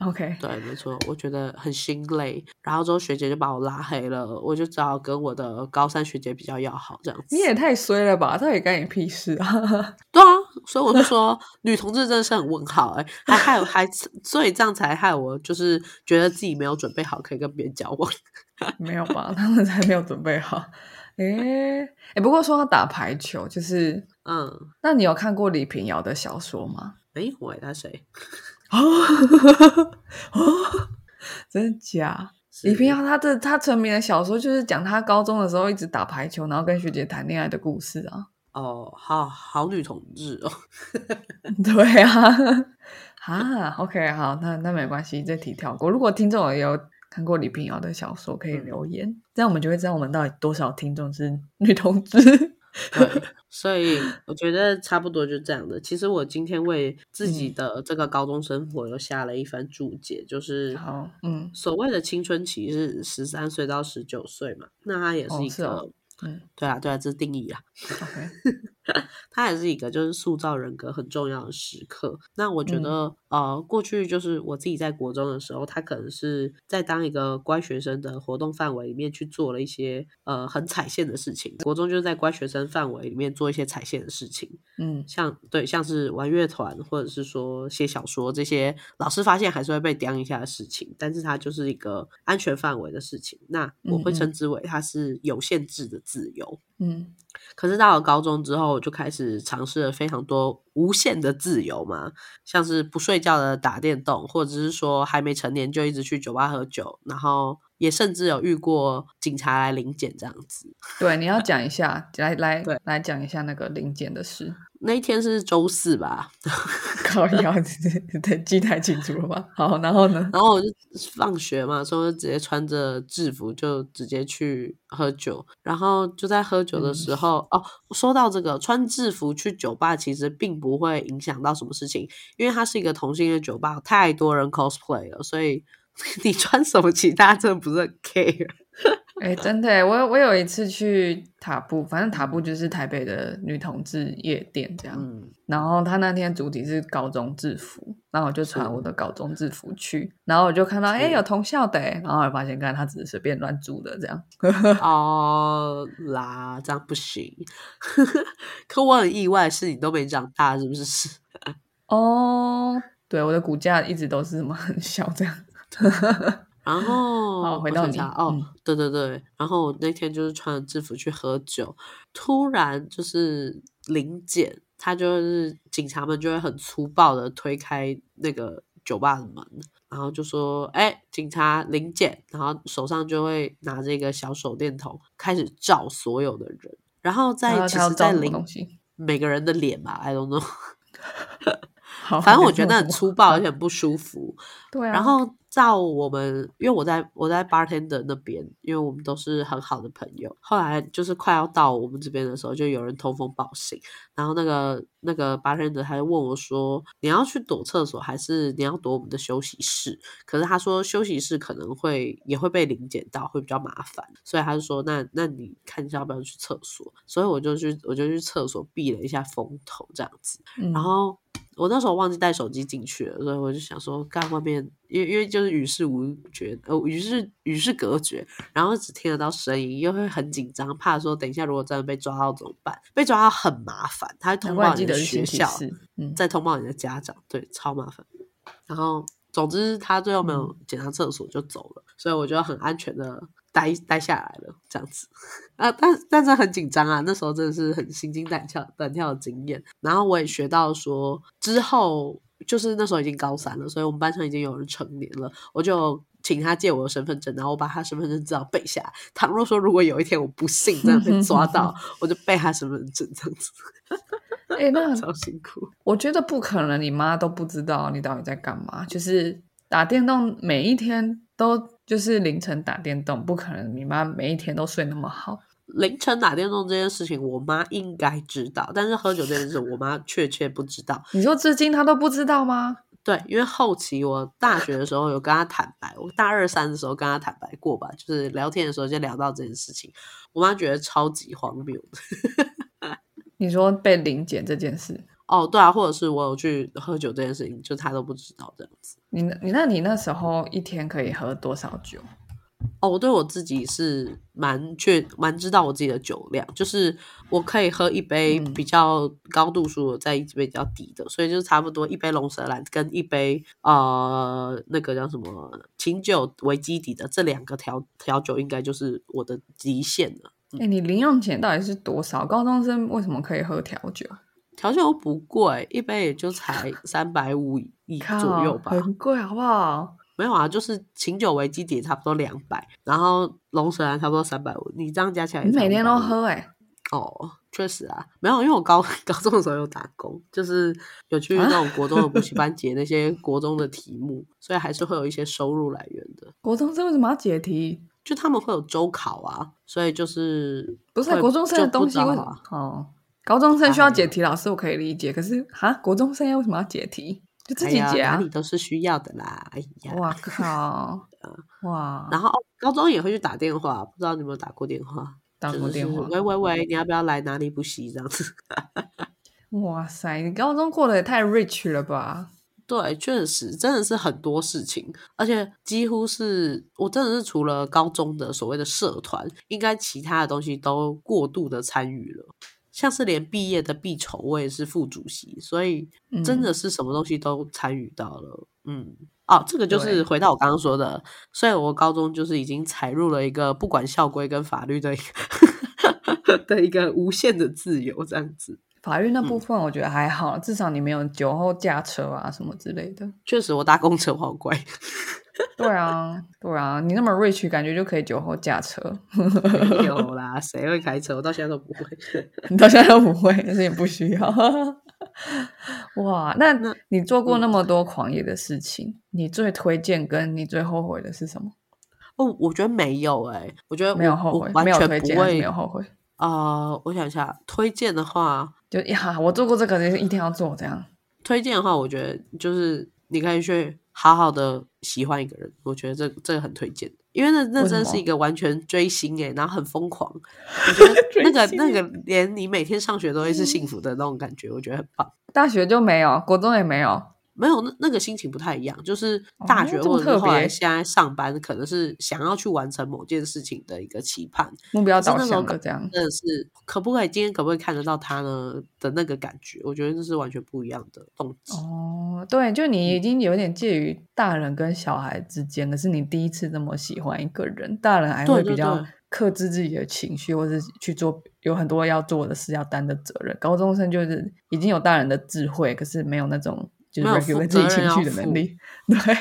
Speaker 2: OK， (laughs)
Speaker 1: 对，没错，我觉得很心累。然后之后学姐就把我拉黑了，我就只好跟我的高三学姐比较要好这样子。
Speaker 2: 你也太衰了吧！到底干你屁事啊？ (laughs)
Speaker 1: 对啊，所以我就说女同志真的是很问号哎、还害我还所以这样才害我就是觉得自己没有准备好可以跟别人交往。 (laughs)
Speaker 2: 没有吧？他们才没有准备好。诶、诶，不过说到打排球，就是
Speaker 1: 嗯，
Speaker 2: 那你有看过李平遥的小说吗？
Speaker 1: 没有哎、他谁？
Speaker 2: 哦，哦 (laughs) 真的假？李
Speaker 1: 是
Speaker 2: 平遥他的他成名的小说就是讲他高中的时候一直打排球，然后跟学姐谈恋爱的故事啊。 (laughs)
Speaker 1: 哦，好好女同志哦。
Speaker 2: 对啊， (laughs) 啊，OK，好，那那没关系，这题跳过。如果听众也有看过李平遥的小说，可以
Speaker 1: 嗯
Speaker 2: 留言，这样我们就会知道我们到底多少听众是女同
Speaker 1: (laughs)
Speaker 2: 志。
Speaker 1: 对，所以我觉得差不多就这样的。其实我今天为自己
Speaker 2: 嗯
Speaker 1: 的这个高中生活又下了一番注解，就是
Speaker 2: 好，嗯
Speaker 1: 所谓的青春期是十三岁到十九岁嘛，那它也
Speaker 2: 哦
Speaker 1: 是一
Speaker 2: 是
Speaker 1: 个，
Speaker 2: 哦嗯
Speaker 1: 对啊对啊，这是定义啊，
Speaker 2: ，OK，
Speaker 1: 它也是一个就是塑造人格很重要的时刻。那我觉
Speaker 2: 嗯
Speaker 1: 得、呃，过去就是我自己在国中的时候，他可能是在当一个乖学生的活动范围里面去做了一些呃很踩线的事情。国中就是在乖学生范围里面做一些踩线的事情。
Speaker 2: 嗯
Speaker 1: 像对，像是玩乐团或者是说写小说这些，老师发现还是会被刁一下的事情，但是它就是一个安全范围的事情。那我会
Speaker 2: 嗯嗯
Speaker 1: 称之为它是有限制的自由。 (laughs)
Speaker 2: 嗯
Speaker 1: 可是到了高中之后，我就开始尝试了非常多无限的自由嘛，像是不睡觉的打电动，或者是说还没成年就一直去酒吧喝酒，然后也甚至有遇过警察来临检这样子。
Speaker 2: 对，你要讲一下，来来
Speaker 1: 对
Speaker 2: 来讲一下那个零检的事。
Speaker 1: 那一天是周四吧，
Speaker 2: 靠腰，对，记太清楚了吧？ (laughs) 好，然后呢？
Speaker 1: 然后我就放学嘛，所以我就直接穿着制服就直接去喝酒，然后就在喝酒的时候，哦，说到这个穿制服去酒吧，其实并不会影响到什么事情，因为它是一个同性恋酒吧，太多人 cosplay 了，所以 (laughs) 你穿什么其实大家真的不是很 care。
Speaker 2: 哎、真的耶，我我有一次去塔布，反正塔布就是台北的女同志夜店这样。
Speaker 1: 嗯，
Speaker 2: 然后他那天主题是高中制服，然后我就穿我的高中制服去，然后我就看到哎、诶
Speaker 1: 是
Speaker 2: 有同校的、诶然后我发现，看他只是随便乱租的这样。
Speaker 1: (laughs) 哦啦，这样不行。 (laughs) 可我很意外，是你都没长大，是不是？
Speaker 2: 哦，对，我的骨架一直都是什么很小
Speaker 1: (laughs)
Speaker 2: 这样。
Speaker 1: 然后
Speaker 2: 好
Speaker 1: 我
Speaker 2: 回到
Speaker 1: 想
Speaker 2: 你
Speaker 1: 想哦
Speaker 2: 嗯，
Speaker 1: 对对对，然后我那天就是穿着制服去喝酒，突然就是临检，他就是警察们就会很粗暴的推开那个酒吧的门，然后就说：“哎，警察临检！”然后手上就会拿着一个小手电筒开始照所有的人，然后
Speaker 2: 然
Speaker 1: 在
Speaker 2: 后
Speaker 1: 其
Speaker 2: 啊他要
Speaker 1: 实，
Speaker 2: 照
Speaker 1: 在
Speaker 2: 什么
Speaker 1: 临
Speaker 2: 东西？
Speaker 1: 每个人的脸吧，I don't know，
Speaker 2: 好，
Speaker 1: 反正我
Speaker 2: 你
Speaker 1: 觉得
Speaker 2: 说
Speaker 1: 很
Speaker 2: 哦什么
Speaker 1: 粗暴，而且很不舒服。
Speaker 2: (laughs) 对啊。
Speaker 1: 然后到我们，因为我在我在 bartender 那边，因为我们都是很好的朋友。后来就是快要到我们这边的时候，就有人通风报信，然后那个那个 bartender 他就问我说：“你要去躲厕所，还是你要躲我们的休息室？”可是他说休息室可能会也会被临检到，会比较麻烦，所以他就说：“那那你看一下要不要去厕所？”所以我就去我就去厕所避了一下风头，这样子。
Speaker 2: 嗯
Speaker 1: 然后我那时候忘记带手机进去了，所以我就想说，干外面，因为因为就是与世无绝，呃，与世与世隔绝，然后只听得到声音，又会很紧张，怕说等一下如果真的被抓到怎么办？被抓到很麻烦，他会
Speaker 2: 难
Speaker 1: 通
Speaker 2: 怪
Speaker 1: 报
Speaker 2: 记
Speaker 1: 你
Speaker 2: 得
Speaker 1: 的
Speaker 2: 是
Speaker 1: 学
Speaker 2: 星期
Speaker 1: 校，
Speaker 2: 四。嗯，
Speaker 1: 再通报你的家长，对，超麻烦。然后，总之他最后没有检查厕所就走了，所以我就很安全的待待下来了，这样子。 (laughs) 啊，但但是很紧张啊，那时候真的是很心惊胆跳胆跳的经验。然后我也学到说，之后就是那时候已经高三了，所以我们班上已经有人成年了，我就。请他借我的身份证，然后我把他身份证资料背下来。倘若说如果有一天我不幸真的被抓到，我就背他身份证，这样子
Speaker 2: 哎、那
Speaker 1: 超辛苦。
Speaker 2: 我觉得不可能，你妈都不知道你到底在干嘛。就是打电动，每一天都就是凌晨打电动，不可能你妈每一天都睡那么好。
Speaker 1: 凌晨打电动这件事情，我妈应该知道，但是喝酒这件事，我妈确切不知道。
Speaker 2: 你说至今她都不知道吗？
Speaker 1: 对，因为后期我大学的时候有跟她坦白，我大二三的时候跟她坦白过吧，就是聊天的时候就聊到这件事情，我妈觉得超级荒谬的。
Speaker 2: 你说被临检这件事，
Speaker 1: 哦，对啊，或者是我有去喝酒这件事情，就她都不知道这样子。
Speaker 2: 你那你那你那时候一天可以喝多少酒？
Speaker 1: 哦，我对我自己是蛮确蛮知道我自己的酒量，就是我可以喝一杯
Speaker 2: 嗯
Speaker 1: 比较高度数的，再一杯比较低的，所以就是差不多一杯龙舌兰跟一杯呃那个叫什么琴酒为基底的这两个调调酒，应该就是我的极限了。
Speaker 2: 哎、你零用钱到底是多少？高中生为什么可以喝调酒？
Speaker 1: 调酒又不贵，一杯也就
Speaker 2: (laughs)
Speaker 1: 才三百五以左右吧
Speaker 2: 靠，很贵好不好？
Speaker 1: 没有啊，就是琴酒为基底差不多两百，然后龙舌兰差不多三百五，你这样加起来也
Speaker 2: 你
Speaker 1: 才
Speaker 2: 每天都
Speaker 1: 550
Speaker 2: 喝哎、
Speaker 1: 哦，确实啊，没有，因为我高 (laughs) 高中的时候有打工，就是有去那种国中的补习班解那些国中的题目，所以还是会有一些收入来源的。
Speaker 2: 国中生为什么要解题？
Speaker 1: 就他们会有周考啊，所以就是
Speaker 2: 不是啊
Speaker 1: 会
Speaker 2: 国中生的
Speaker 1: 就不
Speaker 2: 东西
Speaker 1: 知道
Speaker 2: 为什
Speaker 1: 啊
Speaker 2: 么？哦，高中生需要解题，老师我可以理解。可是哈，国中生为什么要解题？就自己
Speaker 1: 哎
Speaker 2: 解
Speaker 1: 呀，
Speaker 2: 啊
Speaker 1: 哪！里都是需要的啦。哎呀，
Speaker 2: 哇
Speaker 1: (laughs)
Speaker 2: 靠！哇，
Speaker 1: 然后哦高中也会去打电话，不知道你有没有打过电话？
Speaker 2: 打什
Speaker 1: 就
Speaker 2: 么电
Speaker 1: 是
Speaker 2: 话？
Speaker 1: 喂喂喂，你要不要来哪里补习这样子？
Speaker 2: 哇塞，你高中过得也太 rich 了吧？
Speaker 1: 对，确实真的是很多事情，而且几乎是我真的是除了高中的所谓的社团，应该其他的东西都过度的参与了，像是连毕业的必筹我也是副主席，所以真的是什么东西都参与到了，嗯。哦，这个就
Speaker 2: 对
Speaker 1: 是回到我刚刚说的，所以我高中就是已经踩入了一个 (laughs) 不管校规跟法律的一个的一个无限的自由，这样子。
Speaker 2: 法律那
Speaker 1: 嗯
Speaker 2: 部分我觉得还好，至少你没有酒后驾车啊什么之类的。
Speaker 1: 确实，我搭公车好乖，
Speaker 2: 对啊，对啊，你那么 rich，感觉就可以酒后驾车。
Speaker 1: 没有啦，谁会开车？我到现在都不会。
Speaker 2: 你到现在都不会，但是也不需要。 (laughs) 哇，那
Speaker 1: 那嗯
Speaker 2: 你做过那么多狂野的事情，你最推荐跟你最后悔的是什么？
Speaker 1: 哦，我觉得没有哎、我觉得
Speaker 2: 没有
Speaker 1: 我
Speaker 2: 后
Speaker 1: 我
Speaker 2: 悔，
Speaker 1: 完
Speaker 2: 没有
Speaker 1: 全
Speaker 2: 推
Speaker 1: 不
Speaker 2: 荐，还是
Speaker 1: 会
Speaker 2: 没有后悔。
Speaker 1: 啊，我想一下，推荐的话，
Speaker 2: 就呀，我做过这个，就是一定要做这样。
Speaker 1: 推荐的话，我觉得就是你可以去好好的喜欢一个人，我觉得这这个很推荐，因为那那
Speaker 2: 为什
Speaker 1: 真的
Speaker 2: 么
Speaker 1: 是一个完全追星哎、然后很疯
Speaker 2: (laughs)
Speaker 1: 狂，我觉得
Speaker 2: 追
Speaker 1: 那个那
Speaker 2: 星欸
Speaker 1: 个连你每天上学都会是幸福的那种感觉，我觉得很棒。
Speaker 2: 大学就没有，国中也没有。
Speaker 1: 没有，那那个心情不太一样。就是
Speaker 2: 哦
Speaker 1: 大学
Speaker 2: 这么
Speaker 1: 或者是
Speaker 2: 特
Speaker 1: 后来
Speaker 2: 别
Speaker 1: 现在上班，可能是想要去完成某件事情的一个期盼，
Speaker 2: 目标
Speaker 1: 可是
Speaker 2: 导
Speaker 1: 那时候
Speaker 2: 向的这样。
Speaker 1: 真的是可不可以今天可不可以看得到他呢的那个感觉，我觉得这是完全不一样的动机。
Speaker 2: 哦，对，就你已经有点介于大人跟小孩之间，可是你第一次这么喜欢一个人，大人还
Speaker 1: 对
Speaker 2: 会
Speaker 1: 对
Speaker 2: 比较
Speaker 1: 对
Speaker 2: 克制自己的情绪，或是去做有很多要做的事要担的责任。高中生就是已经有大人的智慧，可是没有那种就是
Speaker 1: 没有负
Speaker 2: regulate 自
Speaker 1: 责
Speaker 2: 己
Speaker 1: 任
Speaker 2: 情
Speaker 1: 要
Speaker 2: 绪的
Speaker 1: 负
Speaker 2: 能力。对，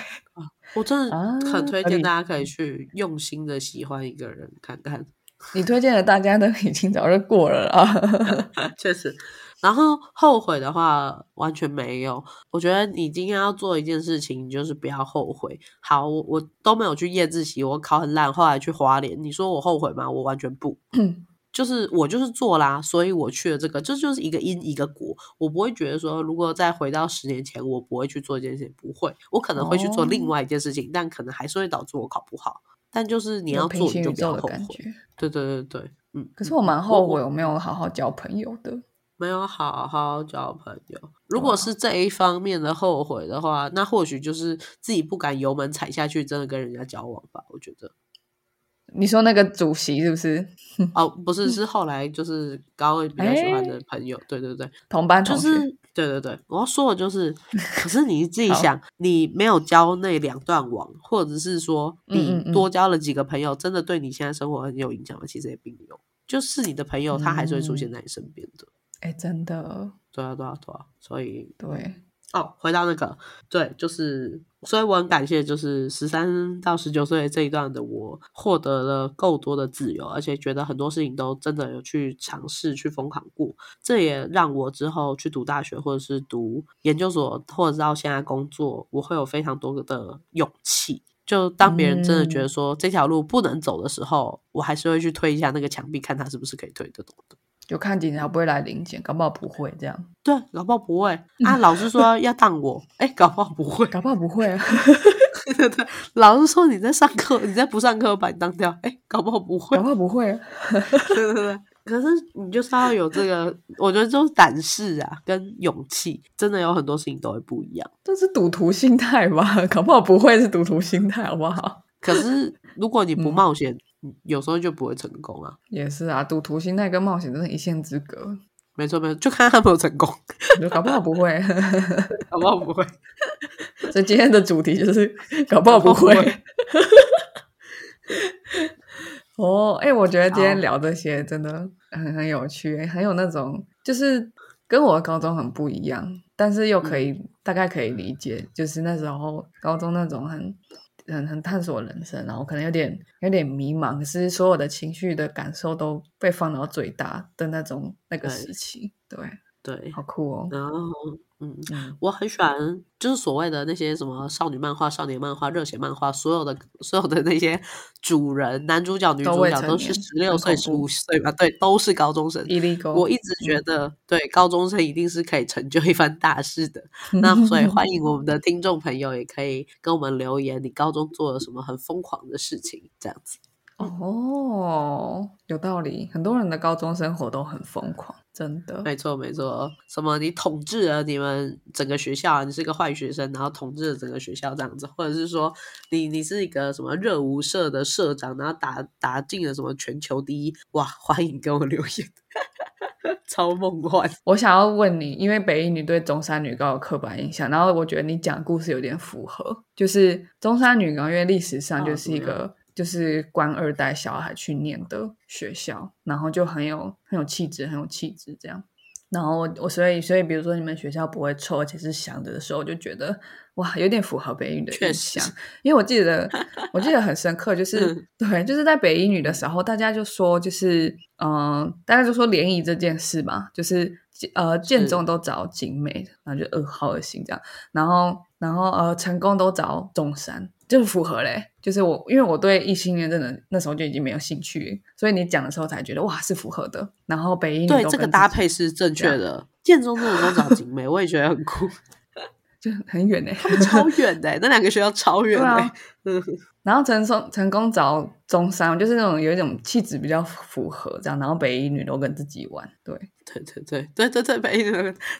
Speaker 1: 我真的
Speaker 2: 啊
Speaker 1: 很推
Speaker 2: 合
Speaker 1: 荐
Speaker 2: 理
Speaker 1: 大家可以去用心的喜欢一个人看看，
Speaker 2: 你推荐的大家都 (laughs) 已经早就过了啊。
Speaker 1: 确实。然后后悔的话完全没有，我觉得你今天要做一件事情，你就是不要后悔。好，我我都没有去夜自习，我考很烂，后来去花莲，你说我后悔吗？我完全不。
Speaker 2: 嗯
Speaker 1: (clears throat) 就是我就是做啦，所以我去了这个，这就是一个因一个果。我不会觉得说，如果再回到十年前，我不会去做一件事情，不会，我可能会去做另
Speaker 2: 哦
Speaker 1: 外一件事情，但可能还是会导致我考不好。但就是你
Speaker 2: 你
Speaker 1: 要
Speaker 2: 平
Speaker 1: 做，你
Speaker 2: 行
Speaker 1: 就
Speaker 2: 宇
Speaker 1: 不要
Speaker 2: 宙的
Speaker 1: 后
Speaker 2: 感
Speaker 1: 悔。
Speaker 2: 觉。
Speaker 1: 对对对对，嗯。
Speaker 2: 可是
Speaker 1: 嗯
Speaker 2: 我
Speaker 1: 嗯
Speaker 2: 蛮后
Speaker 1: 我
Speaker 2: 悔我没有好好交朋友的。
Speaker 1: 没有好好交朋友。如
Speaker 2: 哇
Speaker 1: 果是这一方面的后悔的话，那或许就是自己不敢油门踩下去，真的跟人家交往吧。我觉得，
Speaker 2: 你说那个主席是不是
Speaker 1: 哦，不
Speaker 2: 嗯
Speaker 1: 是，是后来就是高二比较喜欢的
Speaker 2: 哎
Speaker 1: 朋友，对对对，
Speaker 2: 同班
Speaker 1: 就
Speaker 2: 同学？
Speaker 1: 是对对对，我要说的
Speaker 2: (laughs)
Speaker 1: 就是，可是你自己
Speaker 2: 好
Speaker 1: 想，你没有交那两段网，或者是说
Speaker 2: 嗯
Speaker 1: 你
Speaker 2: 嗯嗯
Speaker 1: 多交了几个朋友，真的对你现在生活很有影响吗？其实也并没有，就是你的朋友他还是会出现
Speaker 2: 嗯
Speaker 1: 在你身边的。
Speaker 2: 哎、真的，
Speaker 1: 对啊，对啊，对啊，所以
Speaker 2: 对，
Speaker 1: 哦，回到那个，对，就是，所以我很感谢，就是十三到十九岁这一段的我，获得了够多的自由，而且觉得很多事情都真的有去尝试、去疯狂过。这也让我之后去读大学，或者是读研究所，或者是到现在工作，我会有非常多的勇气。就当别人真的觉得
Speaker 2: 嗯
Speaker 1: 说这条路不能走的时候，我还是会去推一下那个墙壁，看它是不是可以推得动的。
Speaker 2: 就看警察不会来临检，搞不好不会这样，
Speaker 1: 对，搞不好不会啊。老师说要当我，哎、搞不好不会。
Speaker 2: 搞不好不会、啊。
Speaker 1: 对对，老师说你在上课，你在不上课把你当掉，哎，搞不好不会
Speaker 2: 搞。不好不会、啊，
Speaker 1: 对对对。可是你就是要有这个，我觉得就是胆识啊，跟勇气，真的有很多事情都会不一样。
Speaker 2: 这是赌徒心态吧？搞不好不会是赌徒心态，好不好？ (laughs)
Speaker 1: 可是如果你不
Speaker 2: 嗯
Speaker 1: 冒险，你有时候就不会成功啊。
Speaker 2: 也是啊，赌徒心态跟冒险真的一线之隔，
Speaker 1: 没错没错，就看他有没有成功，
Speaker 2: 就搞不好不会。
Speaker 1: (laughs)
Speaker 2: (laughs)
Speaker 1: 搞不好不会。
Speaker 2: 所以今天的主题就是搞不好不
Speaker 1: 搞不好不
Speaker 2: 会。 (laughs) 哦，哎、我觉得今天
Speaker 1: 好
Speaker 2: 聊这些真的很很有趣、很有那种就是跟我的高中很不一样，但是又可以、大概可以理解，就是那时候高中那种很。很很探索人生，然后可能有点有点迷茫，可是所有的情绪的感受都被放到最大的那种那个
Speaker 1: 对
Speaker 2: 时期，对，
Speaker 1: 对
Speaker 2: 好，酷哦，
Speaker 1: 然后嗯，
Speaker 2: 嗯，
Speaker 1: 我很喜欢，就是所谓的那些什么少女漫画、少年漫画、热血漫画，所有的所有的那些主人、男主角、女
Speaker 2: 都
Speaker 1: 主
Speaker 2: 未
Speaker 1: 角
Speaker 2: 成
Speaker 1: 都是
Speaker 2: 年
Speaker 1: 十六
Speaker 2: 很
Speaker 1: 岁、
Speaker 2: 恐
Speaker 1: 十
Speaker 2: 怖
Speaker 1: 五岁吧？对，都是高中生。
Speaker 2: 伊利沟，
Speaker 1: 我一直觉得，对高中生一定是可以成就一番大事的。那所以欢迎我们的听众朋友也可以跟我们留言，你高中做了什么很疯狂的事情？这样子，
Speaker 2: 哦，有道理。很多人的高中生活都很疯狂，真的。
Speaker 1: 没错没错。什么你统治了你们整个学校啊，你是个坏学生，然后统治了整个学校这样子，或者是说你你是一个什么热舞社的社长，然后打打进了什么全球第一，哇！欢迎跟我留言， (laughs) 超梦幻。
Speaker 2: 我想要问你，因为北一女对中山女高有刻板印象，然后我觉得你讲故事有点符合，就是中山女高，因为历史上
Speaker 1: 哦
Speaker 2: 就是一
Speaker 1: 怎么
Speaker 2: 个、就是官二代小孩去念的学校，然后就很有很有气质，很有气质这样。然后我所以所以比如说你们学校不会臭，而且是香的的时候，我就觉得哇，有点符合北语的
Speaker 1: 确
Speaker 2: 印
Speaker 1: 实嗯
Speaker 2: 象。因为我记
Speaker 1: (laughs)
Speaker 2: 得我记得很深刻，就是、对，就是在北英女的时候，大家就说就是嗯、呃大家就说联谊这件事吧，就是呃建
Speaker 1: 是
Speaker 2: 中都找景美，然后就呃好恶心这样，然后然后呃成功都找中山。就符合嘞、就是我，因为我对异性恋真的那时候就已经没有兴趣，所以你讲的时候才觉得哇是符合的。然后北英女
Speaker 1: 对
Speaker 2: 都
Speaker 1: 这个
Speaker 2: 跟
Speaker 1: 搭
Speaker 2: 自己
Speaker 1: 配是正
Speaker 2: 这样
Speaker 1: 确的。建中真的都找景美，我也觉得很酷， (laughs)
Speaker 2: 就很远呢、
Speaker 1: 他们超远的欸、那两个学校超远
Speaker 2: 对
Speaker 1: 的欸、 (laughs)
Speaker 2: 啊然后成功成功找中山，就是那种有一种气质比较符合这样，然后北一女都跟自己玩，对，
Speaker 1: 对对对对对对，北一女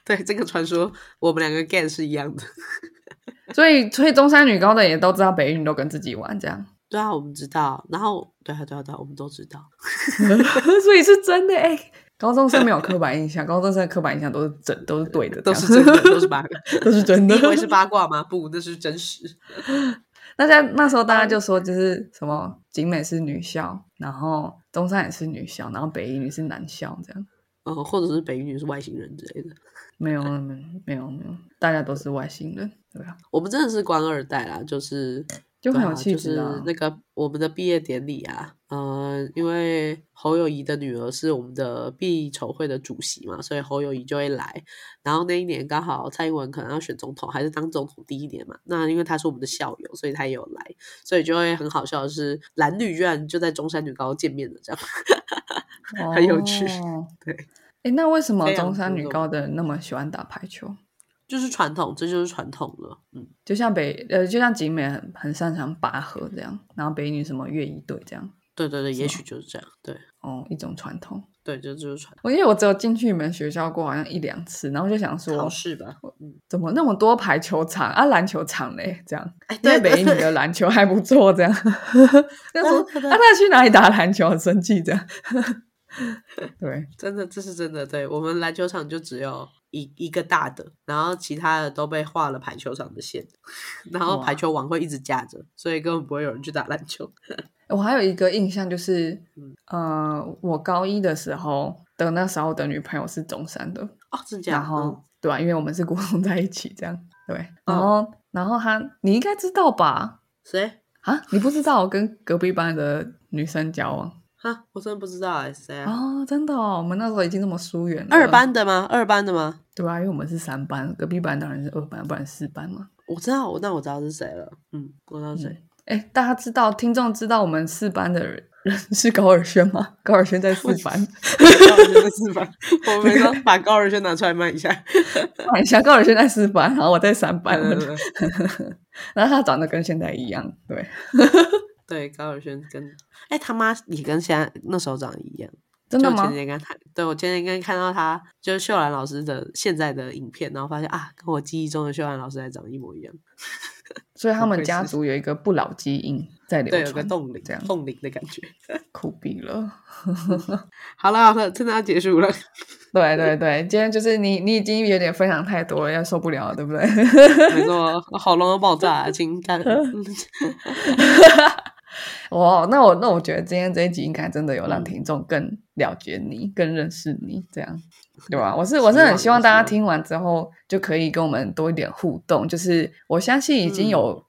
Speaker 1: 对这个传说，我们两个 g a y 是一样的。
Speaker 2: 所以所以中山女高的也都知道北一女都跟自己玩这样， (laughs)
Speaker 1: 对啊，我们知道。然后对啊对啊对啊，我们都知道。
Speaker 2: 所以是真的哎、高中生没有刻板印象，高中生的刻板印象都是真都是对的，
Speaker 1: (laughs) 都
Speaker 2: 这样
Speaker 1: 是真的，都是八卦。
Speaker 2: (laughs) 都是
Speaker 1: (laughs)
Speaker 2: 真
Speaker 1: 你
Speaker 2: 的
Speaker 1: 以。为是八卦吗？不，那是真实。
Speaker 2: 大家那时候
Speaker 1: 嗯
Speaker 2: 大家就说就是什么景美是女校，然后中山也是女校，然后北一女是男校这样，
Speaker 1: (laughs) 嗯，或者是北一女是外星人之类的。
Speaker 2: 没有没有没有没有，大家都是外星人，对啊吧、
Speaker 1: 我们真的是官二代啦，就是
Speaker 2: 就
Speaker 1: 对
Speaker 2: 很有
Speaker 1: 啊
Speaker 2: 气
Speaker 1: 就
Speaker 2: 质
Speaker 1: 是那个我们的毕业典礼啊，嗯、因为侯友谊的女儿是我们的必筹会的主席嘛，所以侯友谊就会来。然后那一年刚好蔡英文可能要选总统，还是当总统第一年嘛。那因为他是我们的校友，所以他也有来，所以就会很好笑的是，蓝绿居然就在中山女高见面了，这样很有趣
Speaker 2: 哦、
Speaker 1: 对，
Speaker 2: 哎，那为什么
Speaker 1: 非常
Speaker 2: 中山
Speaker 1: 注
Speaker 2: 女
Speaker 1: 重
Speaker 2: 高的人那么喜欢打排球？
Speaker 1: 就是传统，这就是传统了。嗯，
Speaker 2: 就像北呃，就像景美很很擅长拔河这样，然后北一女什么乐仪队这样，
Speaker 1: 对对对，也
Speaker 2: 吗
Speaker 1: 许就是这样。对
Speaker 2: 哦，一种传统。
Speaker 1: 对，这就是传
Speaker 2: 我因为我只有进去你们学校过好像一两次，然后就想
Speaker 1: 考
Speaker 2: 说
Speaker 1: 试吧。嗯，
Speaker 2: 怎么那么多排球场啊，篮球场嘞？这样，
Speaker 1: 哎，
Speaker 2: 因为
Speaker 1: 对
Speaker 2: 北一
Speaker 1: (laughs)
Speaker 2: 女的篮球还不错，这样。 (laughs) 那时候
Speaker 1: 对对对
Speaker 2: 啊，他去哪里打篮球？很生气这样。 (laughs) 对，
Speaker 1: 真的，这是真的。对我们篮球场就只有一一个大的，然后其他的都被画了排球场的线， (laughs) 然后排
Speaker 2: 哇
Speaker 1: 球网会一直架着，所以根本不会有人去打篮球。
Speaker 2: 我还有一个印象就是
Speaker 1: 嗯，
Speaker 2: 呃，我高一的时候的那时候的女朋友是中山的，
Speaker 1: 哦，真假？
Speaker 2: 然后、对啊，因为我们是国中在一起这样，对，
Speaker 1: 嗯
Speaker 2: 然后、然后她你应该知道吧？
Speaker 1: 嗯、谁？
Speaker 2: 啊，你不知道我跟隔壁班的女生交往
Speaker 1: 哈，我真的不知道哎、谁啊？
Speaker 2: 哦，真的哦，我们那时候已经这么疏远了。
Speaker 1: 二班的吗？二班的吗？
Speaker 2: 对啊，因为我们是三班，隔壁班当然是二班，不然四班嘛。
Speaker 1: 我知道，我那我知道是谁了。嗯，我知道谁。
Speaker 2: (laughs) 哎、大家知道听众知道我们四班的人 (laughs) 是高尔轩吗？高尔轩在四班，
Speaker 1: 高尔轩的四班， (laughs) 我们要把高尔轩拿出来卖一下。
Speaker 2: (laughs) 看一下高尔轩在四班，然后我在三班，
Speaker 1: 嗯
Speaker 2: 我
Speaker 1: 嗯嗯
Speaker 2: 然后他长得跟现在一样，对，
Speaker 1: (laughs) 对，高尔轩跟哎、他妈也跟现在那时候长得一样。
Speaker 2: 真
Speaker 1: 就我
Speaker 2: 的
Speaker 1: 前
Speaker 2: 吗
Speaker 1: 几？天跟他，对我前几天跟看到他就是秀兰老师的现在的影片，然后发现啊，跟我记忆中的秀兰老师还长得一模一样。
Speaker 2: 所以他
Speaker 1: 不
Speaker 2: 们
Speaker 1: 愧
Speaker 2: 家
Speaker 1: 是
Speaker 2: 族有一个不老基因在流
Speaker 1: 对，
Speaker 2: 传，
Speaker 1: 有个冻龄
Speaker 2: 这样，
Speaker 1: 冻龄的感觉。
Speaker 2: 酷毙了！
Speaker 1: 好了好了，真的要结 (laughs) 束了。
Speaker 2: 对对对，今天就是你，你已经有点分享太多了，要受不了了，对不对？ (laughs)
Speaker 1: 没错，好容易爆炸，情 (laughs) 感。嗯
Speaker 2: 哦，那我那我觉得今天这一集应该真的有让
Speaker 1: 嗯
Speaker 2: 听众更了解你，更认识你，这样对吧？我是
Speaker 1: 希
Speaker 2: 我是很
Speaker 1: 望
Speaker 2: 希望
Speaker 1: 希
Speaker 2: 大家
Speaker 1: 望
Speaker 2: 听完之后就可以跟我们多一点互动，就是我相信已经
Speaker 1: 嗯
Speaker 2: 有、嗯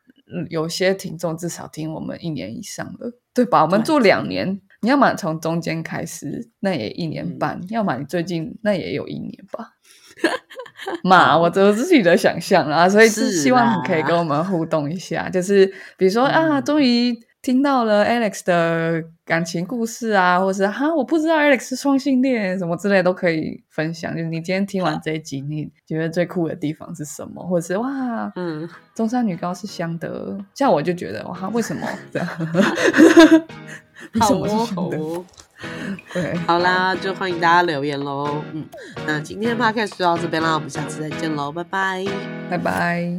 Speaker 2: 有些听众至少听我们一年以上了，对吧？我们
Speaker 1: 对
Speaker 2: 做两年，你要么从中间开始，那也一年
Speaker 1: 嗯
Speaker 2: 半；要么你最近那也有一年吧。嘛，我都自己的想象啦，所以嗯是
Speaker 1: 是
Speaker 2: 希望你可以
Speaker 1: 啦
Speaker 2: 跟我们互动一下，就是比如说啊，
Speaker 1: 嗯
Speaker 2: 终于听到了 Alex 的感情故事啊，或是哈，我不知道 Alex 是双性恋什么之类都可以分享。就是你今天听完这一集，你觉得最酷的地方是什么，或者是
Speaker 1: (laughs)
Speaker 2: 哇，
Speaker 1: 嗯，
Speaker 2: 中山女高是香的，像我就觉得哇，为什么这样？为
Speaker 1: 好
Speaker 2: 什
Speaker 1: 哦
Speaker 2: 么是
Speaker 1: 好
Speaker 2: 香的？
Speaker 1: 哦，
Speaker 2: 对，
Speaker 1: 好啦，就欢迎大家留言喽。嗯，那今天的 podcast 就到这边啦，我们下次再见喽，拜拜。
Speaker 2: 拜拜。